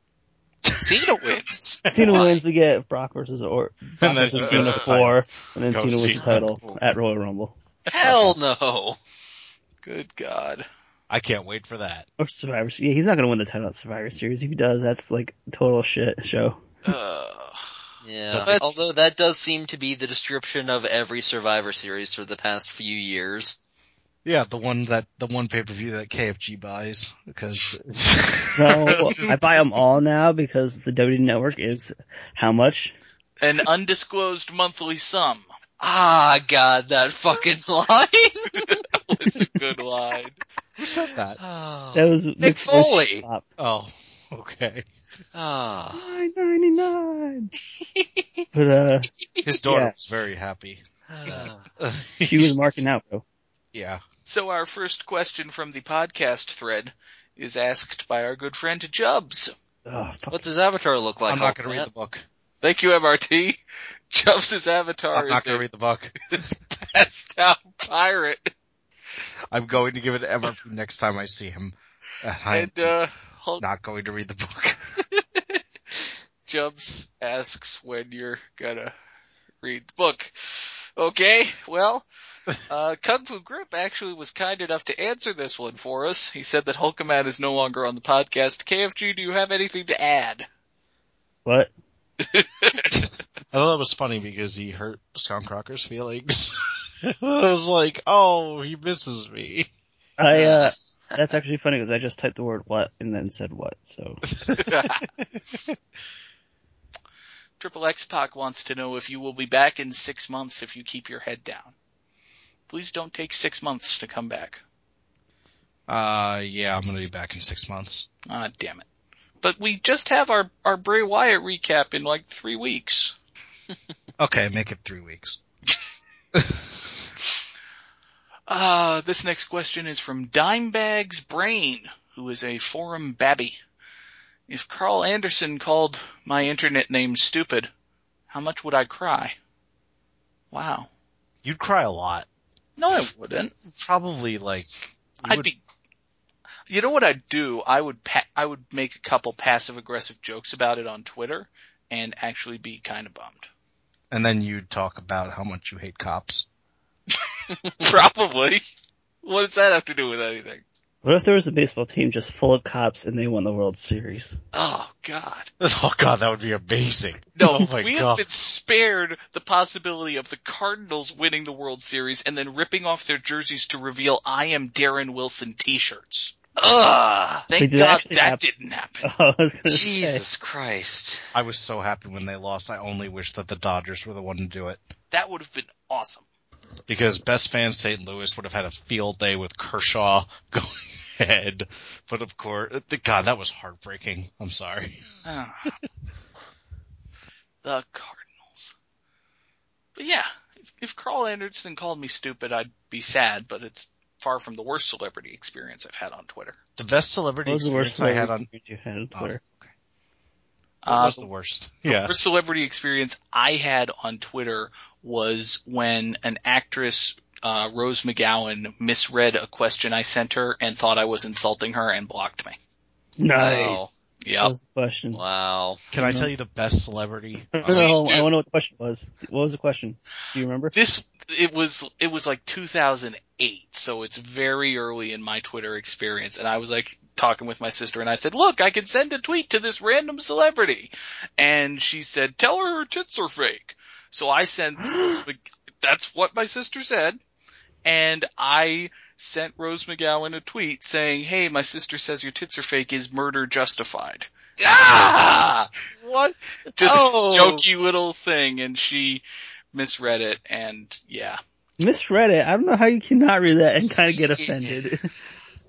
Speaker 5: Cena wins.
Speaker 7: Cena
Speaker 6: Why?
Speaker 7: wins. We get Brock versus Orton. Brock
Speaker 8: And then
Speaker 7: versus
Speaker 8: Cena
Speaker 7: Cena
Speaker 8: wins the
Speaker 7: four, and then
Speaker 8: Go
Speaker 7: Cena wins the
Speaker 8: Cena.
Speaker 7: title at Royal Rumble
Speaker 6: Hell no!
Speaker 5: Good God.
Speaker 8: I can't wait for that.
Speaker 7: or Survivor Series. Yeah, he's not gonna win the title at Survivor Series. If he does, that's like total shit show.
Speaker 5: Ugh.
Speaker 6: Yeah,
Speaker 5: That's-
Speaker 6: although that does seem to be the description of every Survivor Series for the past few years.
Speaker 8: Yeah, the one that the one pay per view that KFG buys because
Speaker 7: No, I buy them all now because the WWE Network is how much?
Speaker 5: An undisclosed monthly sum.
Speaker 6: Ah, God, that fucking line!
Speaker 5: It's a good line.
Speaker 8: who said that?
Speaker 6: Oh.
Speaker 7: That was
Speaker 6: Mick Foley.
Speaker 8: Oh, okay.
Speaker 6: Ah.
Speaker 7: Nine ninety nine. But uh,
Speaker 8: His daughter
Speaker 7: Yeah.
Speaker 8: was very happy.
Speaker 6: Ah.
Speaker 7: she was marking out, bro.
Speaker 8: Yeah.
Speaker 5: So our first question from the podcast thread is asked by our good friend Jubs.
Speaker 7: Oh, fuck.
Speaker 6: What's his avatar look like?
Speaker 8: I'm not going to
Speaker 6: Hulk
Speaker 8: read
Speaker 6: Man?
Speaker 8: the book.
Speaker 5: Thank you, MRT. Jubs' avatar
Speaker 8: I'm not
Speaker 5: is
Speaker 8: going
Speaker 5: a
Speaker 8: to read the book.
Speaker 5: passed out pirate.
Speaker 8: I'm going to give it to MRP next time I see him. And I'm
Speaker 5: And uh, Hulk
Speaker 8: not going to read the book.
Speaker 5: Jubs asks when you're gonna read the book. Okay, well, uh, Kung Fu Grip actually was kind enough to answer this one for us. He said that Hulkaman is no longer on the podcast. KFG, do you have anything to add?
Speaker 7: What?
Speaker 8: I thought that was funny because he hurt Scott Crocker's feelings. I was like, oh, he misses me.
Speaker 7: I uh, that's actually funny because I just typed the word "what" and then said "what." So
Speaker 5: Triple X Pac wants to know if you will be back in six months if you keep your head down. Please don't take six months to come back.
Speaker 8: Uh, yeah, I'm going to be back in six months.
Speaker 5: Ah, damn it. But we just have our, our Bray Wyatt recap in like three weeks.
Speaker 8: Okay, make it three weeks.
Speaker 5: Uh, this next question is from Dimebag's Brain, who is a forum babby. If Carl Anderson called my internet name stupid, how much would I cry? Wow.
Speaker 8: You'd cry a lot.
Speaker 5: No, I wouldn't.
Speaker 8: Probably like. you
Speaker 5: I'd
Speaker 8: would-
Speaker 5: be. You know what I'd do? I would pa- I would make a couple passive aggressive jokes about it on Twitter, and actually be kind of bummed.
Speaker 8: And then you'd talk about how much you hate cops.
Speaker 5: Probably. What does that have to do with anything?
Speaker 7: What if there was a baseball team just full of cops and they won the World Series?
Speaker 5: Oh God.
Speaker 8: Oh god, that would be amazing.
Speaker 5: No,
Speaker 8: Oh my
Speaker 5: we
Speaker 8: God.
Speaker 5: have been spared the possibility of the Cardinals winning the World Series and then ripping off their jerseys to reveal "I am Darren Wilson" T-shirts.
Speaker 6: Ugh!
Speaker 5: Thank
Speaker 7: did
Speaker 5: God
Speaker 7: actually
Speaker 5: that
Speaker 7: happen.
Speaker 5: didn't happen.
Speaker 7: Oh, I was gonna say.
Speaker 6: Jesus Christ.
Speaker 8: I was so happy when they lost. I only wish that the Dodgers were the one to do it.
Speaker 5: That would have been awesome.
Speaker 8: Because best fan St. Louis would have had a field day with Kershaw going ahead. But of course, god, that was heartbreaking. I'm sorry.
Speaker 5: Ah. the Cardinals. But yeah, if, if Carl Anderson called me stupid, I'd be sad. But it's far from the worst celebrity experience I've had on Twitter.
Speaker 8: The best celebrity
Speaker 7: What was the worst
Speaker 8: experience I had on
Speaker 7: celebrity experience you had on Twitter?
Speaker 8: What
Speaker 5: Uh,
Speaker 8: was the worst. Yeah.
Speaker 5: First celebrity experience I had on Twitter was when an actress, uh, Rose McGowan, misread a question I sent her and thought I was insulting her and blocked me.
Speaker 7: nice. That
Speaker 5: Yep.
Speaker 7: was the question.
Speaker 6: Wow.
Speaker 8: Can I tell you the best celebrity?
Speaker 7: No, no,
Speaker 5: Please
Speaker 7: no, I
Speaker 5: do.
Speaker 7: want to know what the question was. What was the question? Do you remember?
Speaker 5: This, it was, it was like 2008, so it's very early in my Twitter experience, and I was like talking with my sister and I said, look, I can send a tweet to this random celebrity. And she said, tell her her tits are fake. So I sent, Rose Mc- that's what my sister said. And I sent Rose McGowan a tweet saying, hey, my sister says your tits are fake. Is murder justified?
Speaker 6: Ah!
Speaker 5: what? Just
Speaker 6: Oh.
Speaker 5: a jokey little thing, and she misread it, and yeah,
Speaker 7: Misread it. I don't know how you cannot read that and kind of get offended.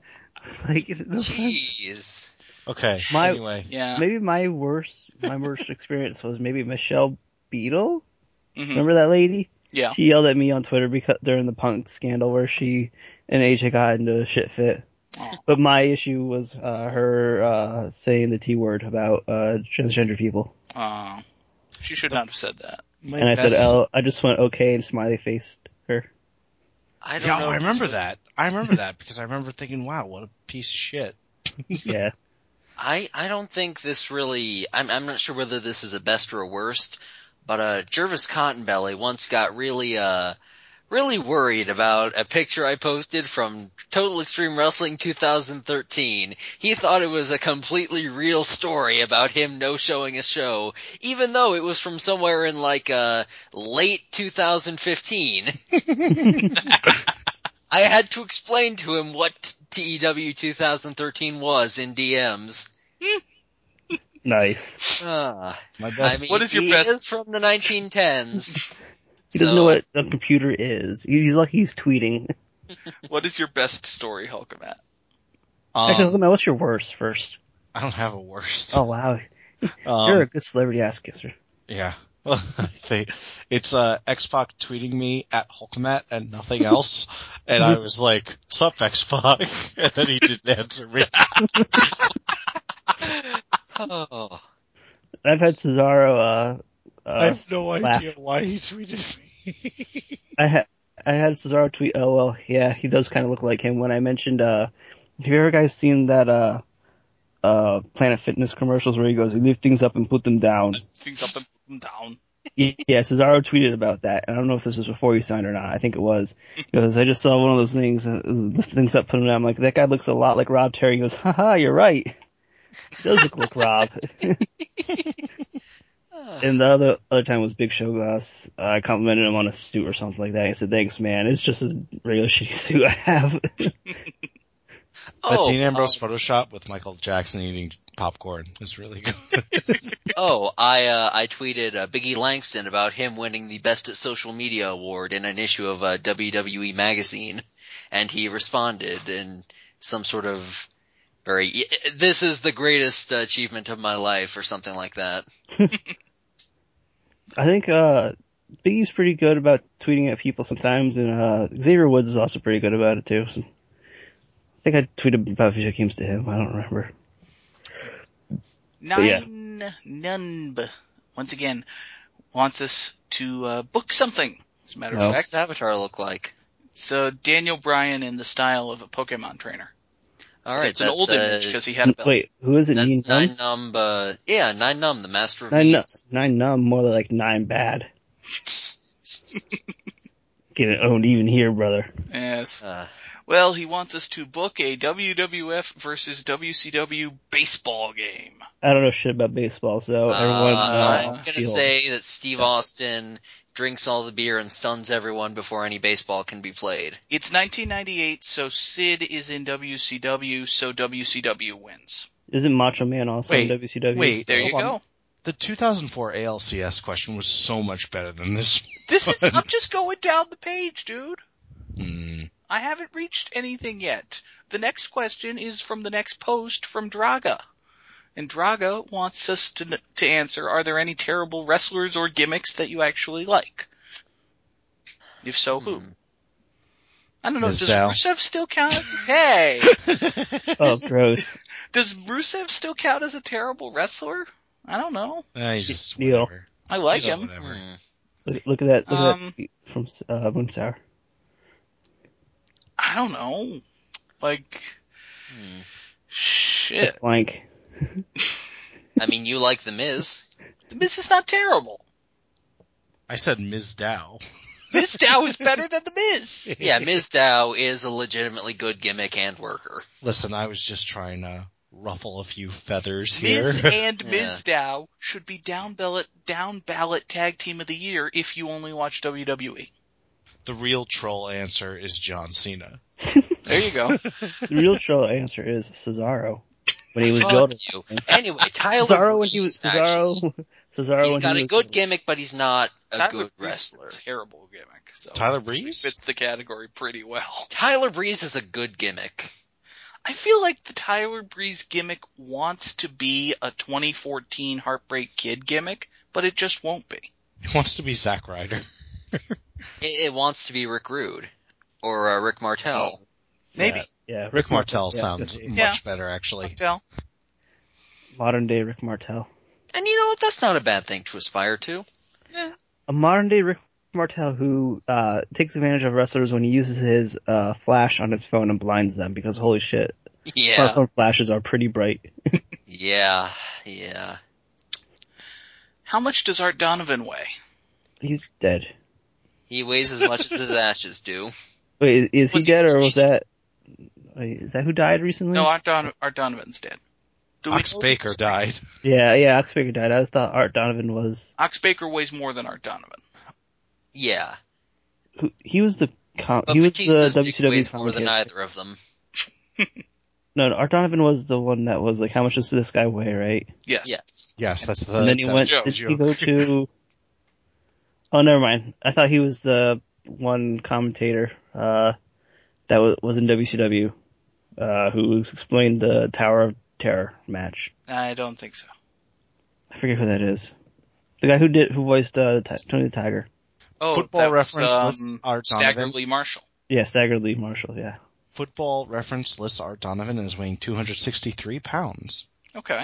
Speaker 7: like, no offense.
Speaker 6: Jeez.
Speaker 8: Okay.
Speaker 7: My-
Speaker 8: anyway,
Speaker 5: yeah.
Speaker 7: maybe my worst, my worst experience was maybe Michelle Beadle.
Speaker 5: Mhm.
Speaker 7: Remember that lady?
Speaker 5: Yeah.
Speaker 7: She yelled at me on Twitter because during the punk scandal where she and AJ got into a shit fit.
Speaker 5: Aw.
Speaker 7: But my issue was uh, her uh, saying the T word about uh, transgender people.
Speaker 5: Aw. she should not have said that.
Speaker 8: my
Speaker 7: and I said,
Speaker 8: best-
Speaker 7: "Oh, I just went okay," and smiley faced her.
Speaker 6: I don't
Speaker 8: Yeah,
Speaker 6: know.
Speaker 8: I remember that. I remember that because I remember thinking, "Wow, what a piece of shit."
Speaker 7: Yeah,
Speaker 6: I, I don't think this really, I'm, I'm not sure whether this is a best or a worst, but, uh, Jervis Cottonbelly once got really, uh, really worried about a picture I posted from Total Extreme Wrestling 2013. He thought it was a completely real story about him no showing a show, even though it was from somewhere in like, uh, late 2015. I had to explain to him what E TEW 2013 was in DMs.
Speaker 7: nice.
Speaker 6: Ah.
Speaker 8: My
Speaker 6: I
Speaker 8: best.
Speaker 6: mean,
Speaker 5: What is your
Speaker 6: he
Speaker 5: best-
Speaker 6: is from the 1910s.
Speaker 7: He doesn't
Speaker 6: So-
Speaker 7: know what a computer is. He's lucky he's tweeting.
Speaker 5: What is your best story, Hulkamat?
Speaker 8: um,
Speaker 7: Actually, no, what's your worst first?
Speaker 8: I don't have a worst.
Speaker 7: Oh wow,
Speaker 8: Um,
Speaker 7: you're a good celebrity ass kisser.
Speaker 8: Yeah. Well, they, it's uh, Xbox tweeting me at Hulkmat and nothing else, and I was like, "Sup, Xbox?" and then he didn't answer me.
Speaker 6: Oh.
Speaker 7: I've had Cesaro. Uh, uh,
Speaker 8: I have no
Speaker 7: laugh.
Speaker 8: idea why he tweeted me.
Speaker 7: I had I had Cesaro tweet. Oh well, yeah, he does kind of look like him. When I mentioned, uh, have you ever guys seen that uh, uh, Planet Fitness commercials where he goes, "We lift things up and put them down."
Speaker 5: Things up and down.
Speaker 7: Yeah, Cesaro tweeted about that, and I don't know if this was before you signed or not. I think it was. He goes, I just saw one of those things, uh, lift things up, put them down. I'm like, that guy looks a lot like Rob Terry. He goes, haha, you're right. He does look like Rob. and the other other time was Big Show Goss. I complimented him on a suit or something like that. He said, thanks, man. It's just a regular shitty suit I have.
Speaker 8: That
Speaker 6: Oh,
Speaker 8: Dean Ambrose Photoshop with Michael Jackson eating popcorn is really good.
Speaker 6: oh, I uh, I tweeted uh, Biggie Langston about him winning the Best at Social Media award in an issue of uh, WWE magazine, and he responded in some sort of very "This is the greatest uh, achievement of my life" or something like that.
Speaker 7: I think uh Biggie's pretty good about tweeting at people sometimes, and uh Xavier Woods is also pretty good about it too. So I think I tweeted about video games to him. I don't remember.
Speaker 5: Nine
Speaker 7: yeah.
Speaker 5: Nunb, once again, wants us to uh, book something. As a matter
Speaker 7: No.
Speaker 5: of
Speaker 6: What's
Speaker 5: fact,
Speaker 6: Avatar look like?
Speaker 5: it's uh, Daniel Bryan in the style of a Pokemon trainer.
Speaker 6: All right,
Speaker 5: it's an
Speaker 6: that's,
Speaker 5: old
Speaker 6: uh,
Speaker 5: image because he had a belt.
Speaker 7: Wait, who is it? Nine
Speaker 6: That's
Speaker 7: numb?
Speaker 6: Nine Numb. Uh, yeah, Nine Numb, the master of
Speaker 7: Nine, nu-
Speaker 6: memes.
Speaker 7: nine numb, more like nine bad. Getting owned even here, brother.
Speaker 5: Yes.
Speaker 6: Uh,
Speaker 5: Well, he wants us to book a WWF versus WCW baseball game.
Speaker 7: I don't know shit about baseball, so Oh, everyone.
Speaker 6: Uh,
Speaker 7: Uh,
Speaker 6: I'm gonna
Speaker 7: shield.
Speaker 6: say that Steve Austin drinks all the beer and stuns everyone before any baseball can be played.
Speaker 5: It's 1998, so Sid is in WCW, so WCW wins.
Speaker 7: Isn't Macho Man also
Speaker 8: Wait,
Speaker 7: in WCW?
Speaker 8: wait.
Speaker 5: There you
Speaker 7: Oh,
Speaker 8: Hold
Speaker 5: go.
Speaker 8: on. The 2004 ALCS question was so much better than this.
Speaker 5: This is, I'm just going down the page, dude.
Speaker 8: Hmm.
Speaker 5: I haven't reached anything yet. The next question is from the next post from Draga. And Draga wants us to, to answer, are there any terrible wrestlers or gimmicks that you actually like? If so, who? I don't know.
Speaker 8: Ms.
Speaker 5: Does
Speaker 8: Zhao.
Speaker 5: Rusev still count? as- hey,
Speaker 7: Oh, gross.
Speaker 5: does Rusev still count as a terrible wrestler? I don't know.
Speaker 8: Uh, he's just
Speaker 7: Neil.
Speaker 8: whatever.
Speaker 5: I like
Speaker 8: He's all
Speaker 5: him.
Speaker 8: whatever.
Speaker 6: Hmm.
Speaker 7: Look, look at that. Look at
Speaker 5: Um,
Speaker 7: that tweet from uh, Moon Sour.
Speaker 5: I don't know. Like,
Speaker 7: That's
Speaker 5: shit.
Speaker 7: blank.
Speaker 6: I mean, you like The Miz.
Speaker 5: The Miz is not terrible.
Speaker 8: I said Ms. Dow.
Speaker 5: Miz Dow is better than the Miz.
Speaker 6: Yeah, Miz Dow is a legitimately good gimmick and worker.
Speaker 8: Listen, I was just trying to ruffle a few feathers here.
Speaker 5: Miz and Miz Dow should be down ballot, down ballot tag team of the year if you only watch E. WWE.
Speaker 8: the real troll answer is John Cena.
Speaker 5: There you go.
Speaker 7: The real troll answer is Cesaro. When he was
Speaker 6: Fuck
Speaker 7: Yodel.
Speaker 6: you. Anyway, Tyler
Speaker 7: Cesaro when he was
Speaker 6: Breeze,
Speaker 7: Cesaro.
Speaker 6: actually,
Speaker 7: Cesaro
Speaker 6: he's
Speaker 7: when
Speaker 6: got
Speaker 7: he
Speaker 6: a
Speaker 7: was
Speaker 6: good gimmick, but he's not a
Speaker 5: Tyler
Speaker 6: good
Speaker 5: Breeze is
Speaker 6: wrestler.
Speaker 5: a terrible gimmick. So
Speaker 8: Oh, Tyler
Speaker 5: actually
Speaker 8: Breeze?
Speaker 5: fits the category pretty well.
Speaker 6: Tyler Breeze is a good gimmick.
Speaker 5: I feel like the Tyler Breeze gimmick wants to be a 2014 Heartbreak Kid gimmick, but it just won't be.
Speaker 8: He wants to be Zack Ryder.
Speaker 6: It, it wants to be Rick Rude or uh, Rick Martel.
Speaker 7: Oh.
Speaker 5: Maybe.
Speaker 7: Yeah, Rick,
Speaker 8: Rick Martel
Speaker 7: yeah,
Speaker 8: sounds
Speaker 7: yeah.
Speaker 8: much
Speaker 5: Yeah.
Speaker 8: better, actually.
Speaker 5: Martel.
Speaker 7: modern day Rick Martel.
Speaker 6: And you know what? That's not a bad thing to aspire to.
Speaker 7: A modern day Rick Martel who uh, takes advantage of wrestlers when he uses his uh, flash on his phone and blinds them because holy shit,
Speaker 6: Yeah,
Speaker 7: smartphone flashes are pretty bright.
Speaker 6: yeah, yeah.
Speaker 5: How much does Art Donovan weigh?
Speaker 7: He's dead.
Speaker 6: He weighs as much as his ashes do.
Speaker 7: Wait, is, is he
Speaker 5: Was-
Speaker 7: dead or was that? Wait, is that who died recently?
Speaker 5: No, Art, Don- Art Donovan's dead. Do we
Speaker 8: Ox
Speaker 5: know-
Speaker 8: Baker died.
Speaker 7: yeah, yeah, Ox Baker died. I always thought Art Donovan was.
Speaker 5: Ox Baker weighs more than Art Donovan.
Speaker 6: Yeah,
Speaker 7: Who, he was the. Com-
Speaker 6: but
Speaker 7: he was
Speaker 6: Batista's
Speaker 7: the E
Speaker 6: dick
Speaker 7: WCW
Speaker 6: weighs more than
Speaker 7: commentator.
Speaker 6: either of them.
Speaker 7: No, no, Art Donovan was the one that was like, how much does this guy weigh, right?
Speaker 5: Yes.
Speaker 6: Yes.
Speaker 8: Yes, that's the.
Speaker 7: and then he
Speaker 8: that's
Speaker 7: went,
Speaker 8: the
Speaker 7: did he
Speaker 8: Uh, joke.
Speaker 7: go to, oh, never mind. I thought he was the one commentator, uh, that was, was in WCW, uh, who explained the Tower of Terror match.
Speaker 5: I don't think so.
Speaker 7: I forget who that is. The guy who did, who voiced, uh, Ti- Tony the Tiger.
Speaker 5: Oh,
Speaker 8: Football
Speaker 5: that was,
Speaker 8: reference
Speaker 5: um,
Speaker 8: lists Art
Speaker 5: Stagger
Speaker 8: Donovan.
Speaker 5: Lee Marshall.
Speaker 7: Yeah, Staggered Lee Marshall, yeah.
Speaker 8: Football reference lists Art Donovan as weighing 263 pounds.
Speaker 5: Okay.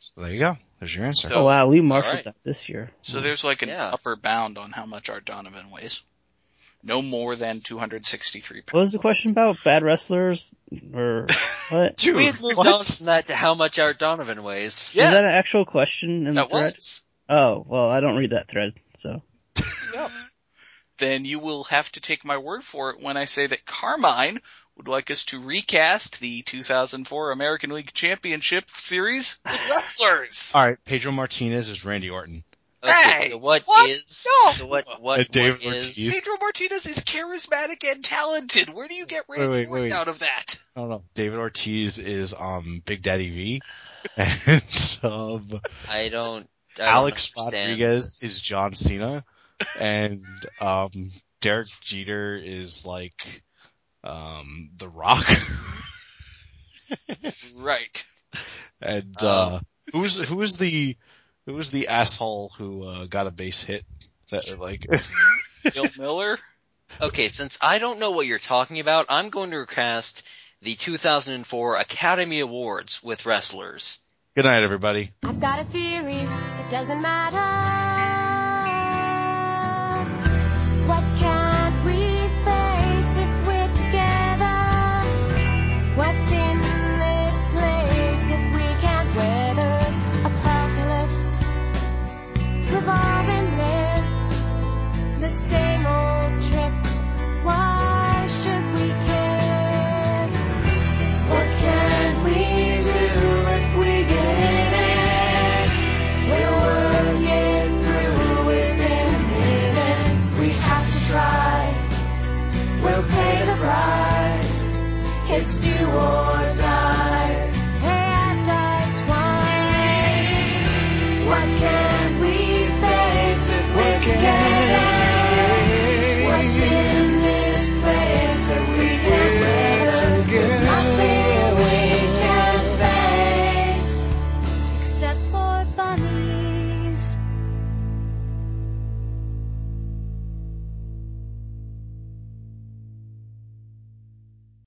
Speaker 8: So there you go. There's your answer.
Speaker 5: So-
Speaker 7: oh wow, Lee Marshall
Speaker 6: alright.
Speaker 7: died this year.
Speaker 8: Hmm.
Speaker 5: So there's like an
Speaker 6: Yeah.
Speaker 5: upper bound on how much Art Donovan weighs. No more than 263 pounds.
Speaker 7: What was the question about? Bad wrestlers? Or, what?
Speaker 8: Dude,
Speaker 6: We had moved
Speaker 8: what?
Speaker 6: on from that to how much Art Donovan weighs.
Speaker 5: Yes,
Speaker 7: Is that an actual question in the
Speaker 5: that
Speaker 7: thread?
Speaker 5: was.
Speaker 7: Oh, well, I don't read that thread, so.
Speaker 5: Well, then you will have to take my word for it when I say that Carmine would like us to recast the 2004 American League Championship Series with wrestlers.
Speaker 8: All right, Pedro Martinez is Randy Orton.
Speaker 6: Okay,
Speaker 5: Hey,
Speaker 6: so what
Speaker 5: what? Oh.
Speaker 6: is-
Speaker 5: No!
Speaker 6: so what, what,
Speaker 8: And David
Speaker 6: what is-
Speaker 8: Ortiz.
Speaker 5: Pedro Martinez is charismatic and talented. Where do you get Randy
Speaker 8: wait,
Speaker 5: Orton
Speaker 8: wait.
Speaker 5: out of that?
Speaker 8: I don't know. David Ortiz is um Big Daddy V, and um,
Speaker 6: I don't, I don't
Speaker 8: Alex
Speaker 6: understand.
Speaker 8: Rodriguez is John Cena, and um Derek Jeter is like um The Rock,
Speaker 5: Right.
Speaker 8: and
Speaker 6: Oh.
Speaker 8: uh, who was who was the who was the asshole who uh, got a base hit that like
Speaker 5: Bill Miller?
Speaker 6: Okay, since I don't know what you're talking about, I'm going to cast the 2004 Academy Awards with wrestlers.
Speaker 8: Good night, everybody.
Speaker 4: I've got a theory, it doesn't matter.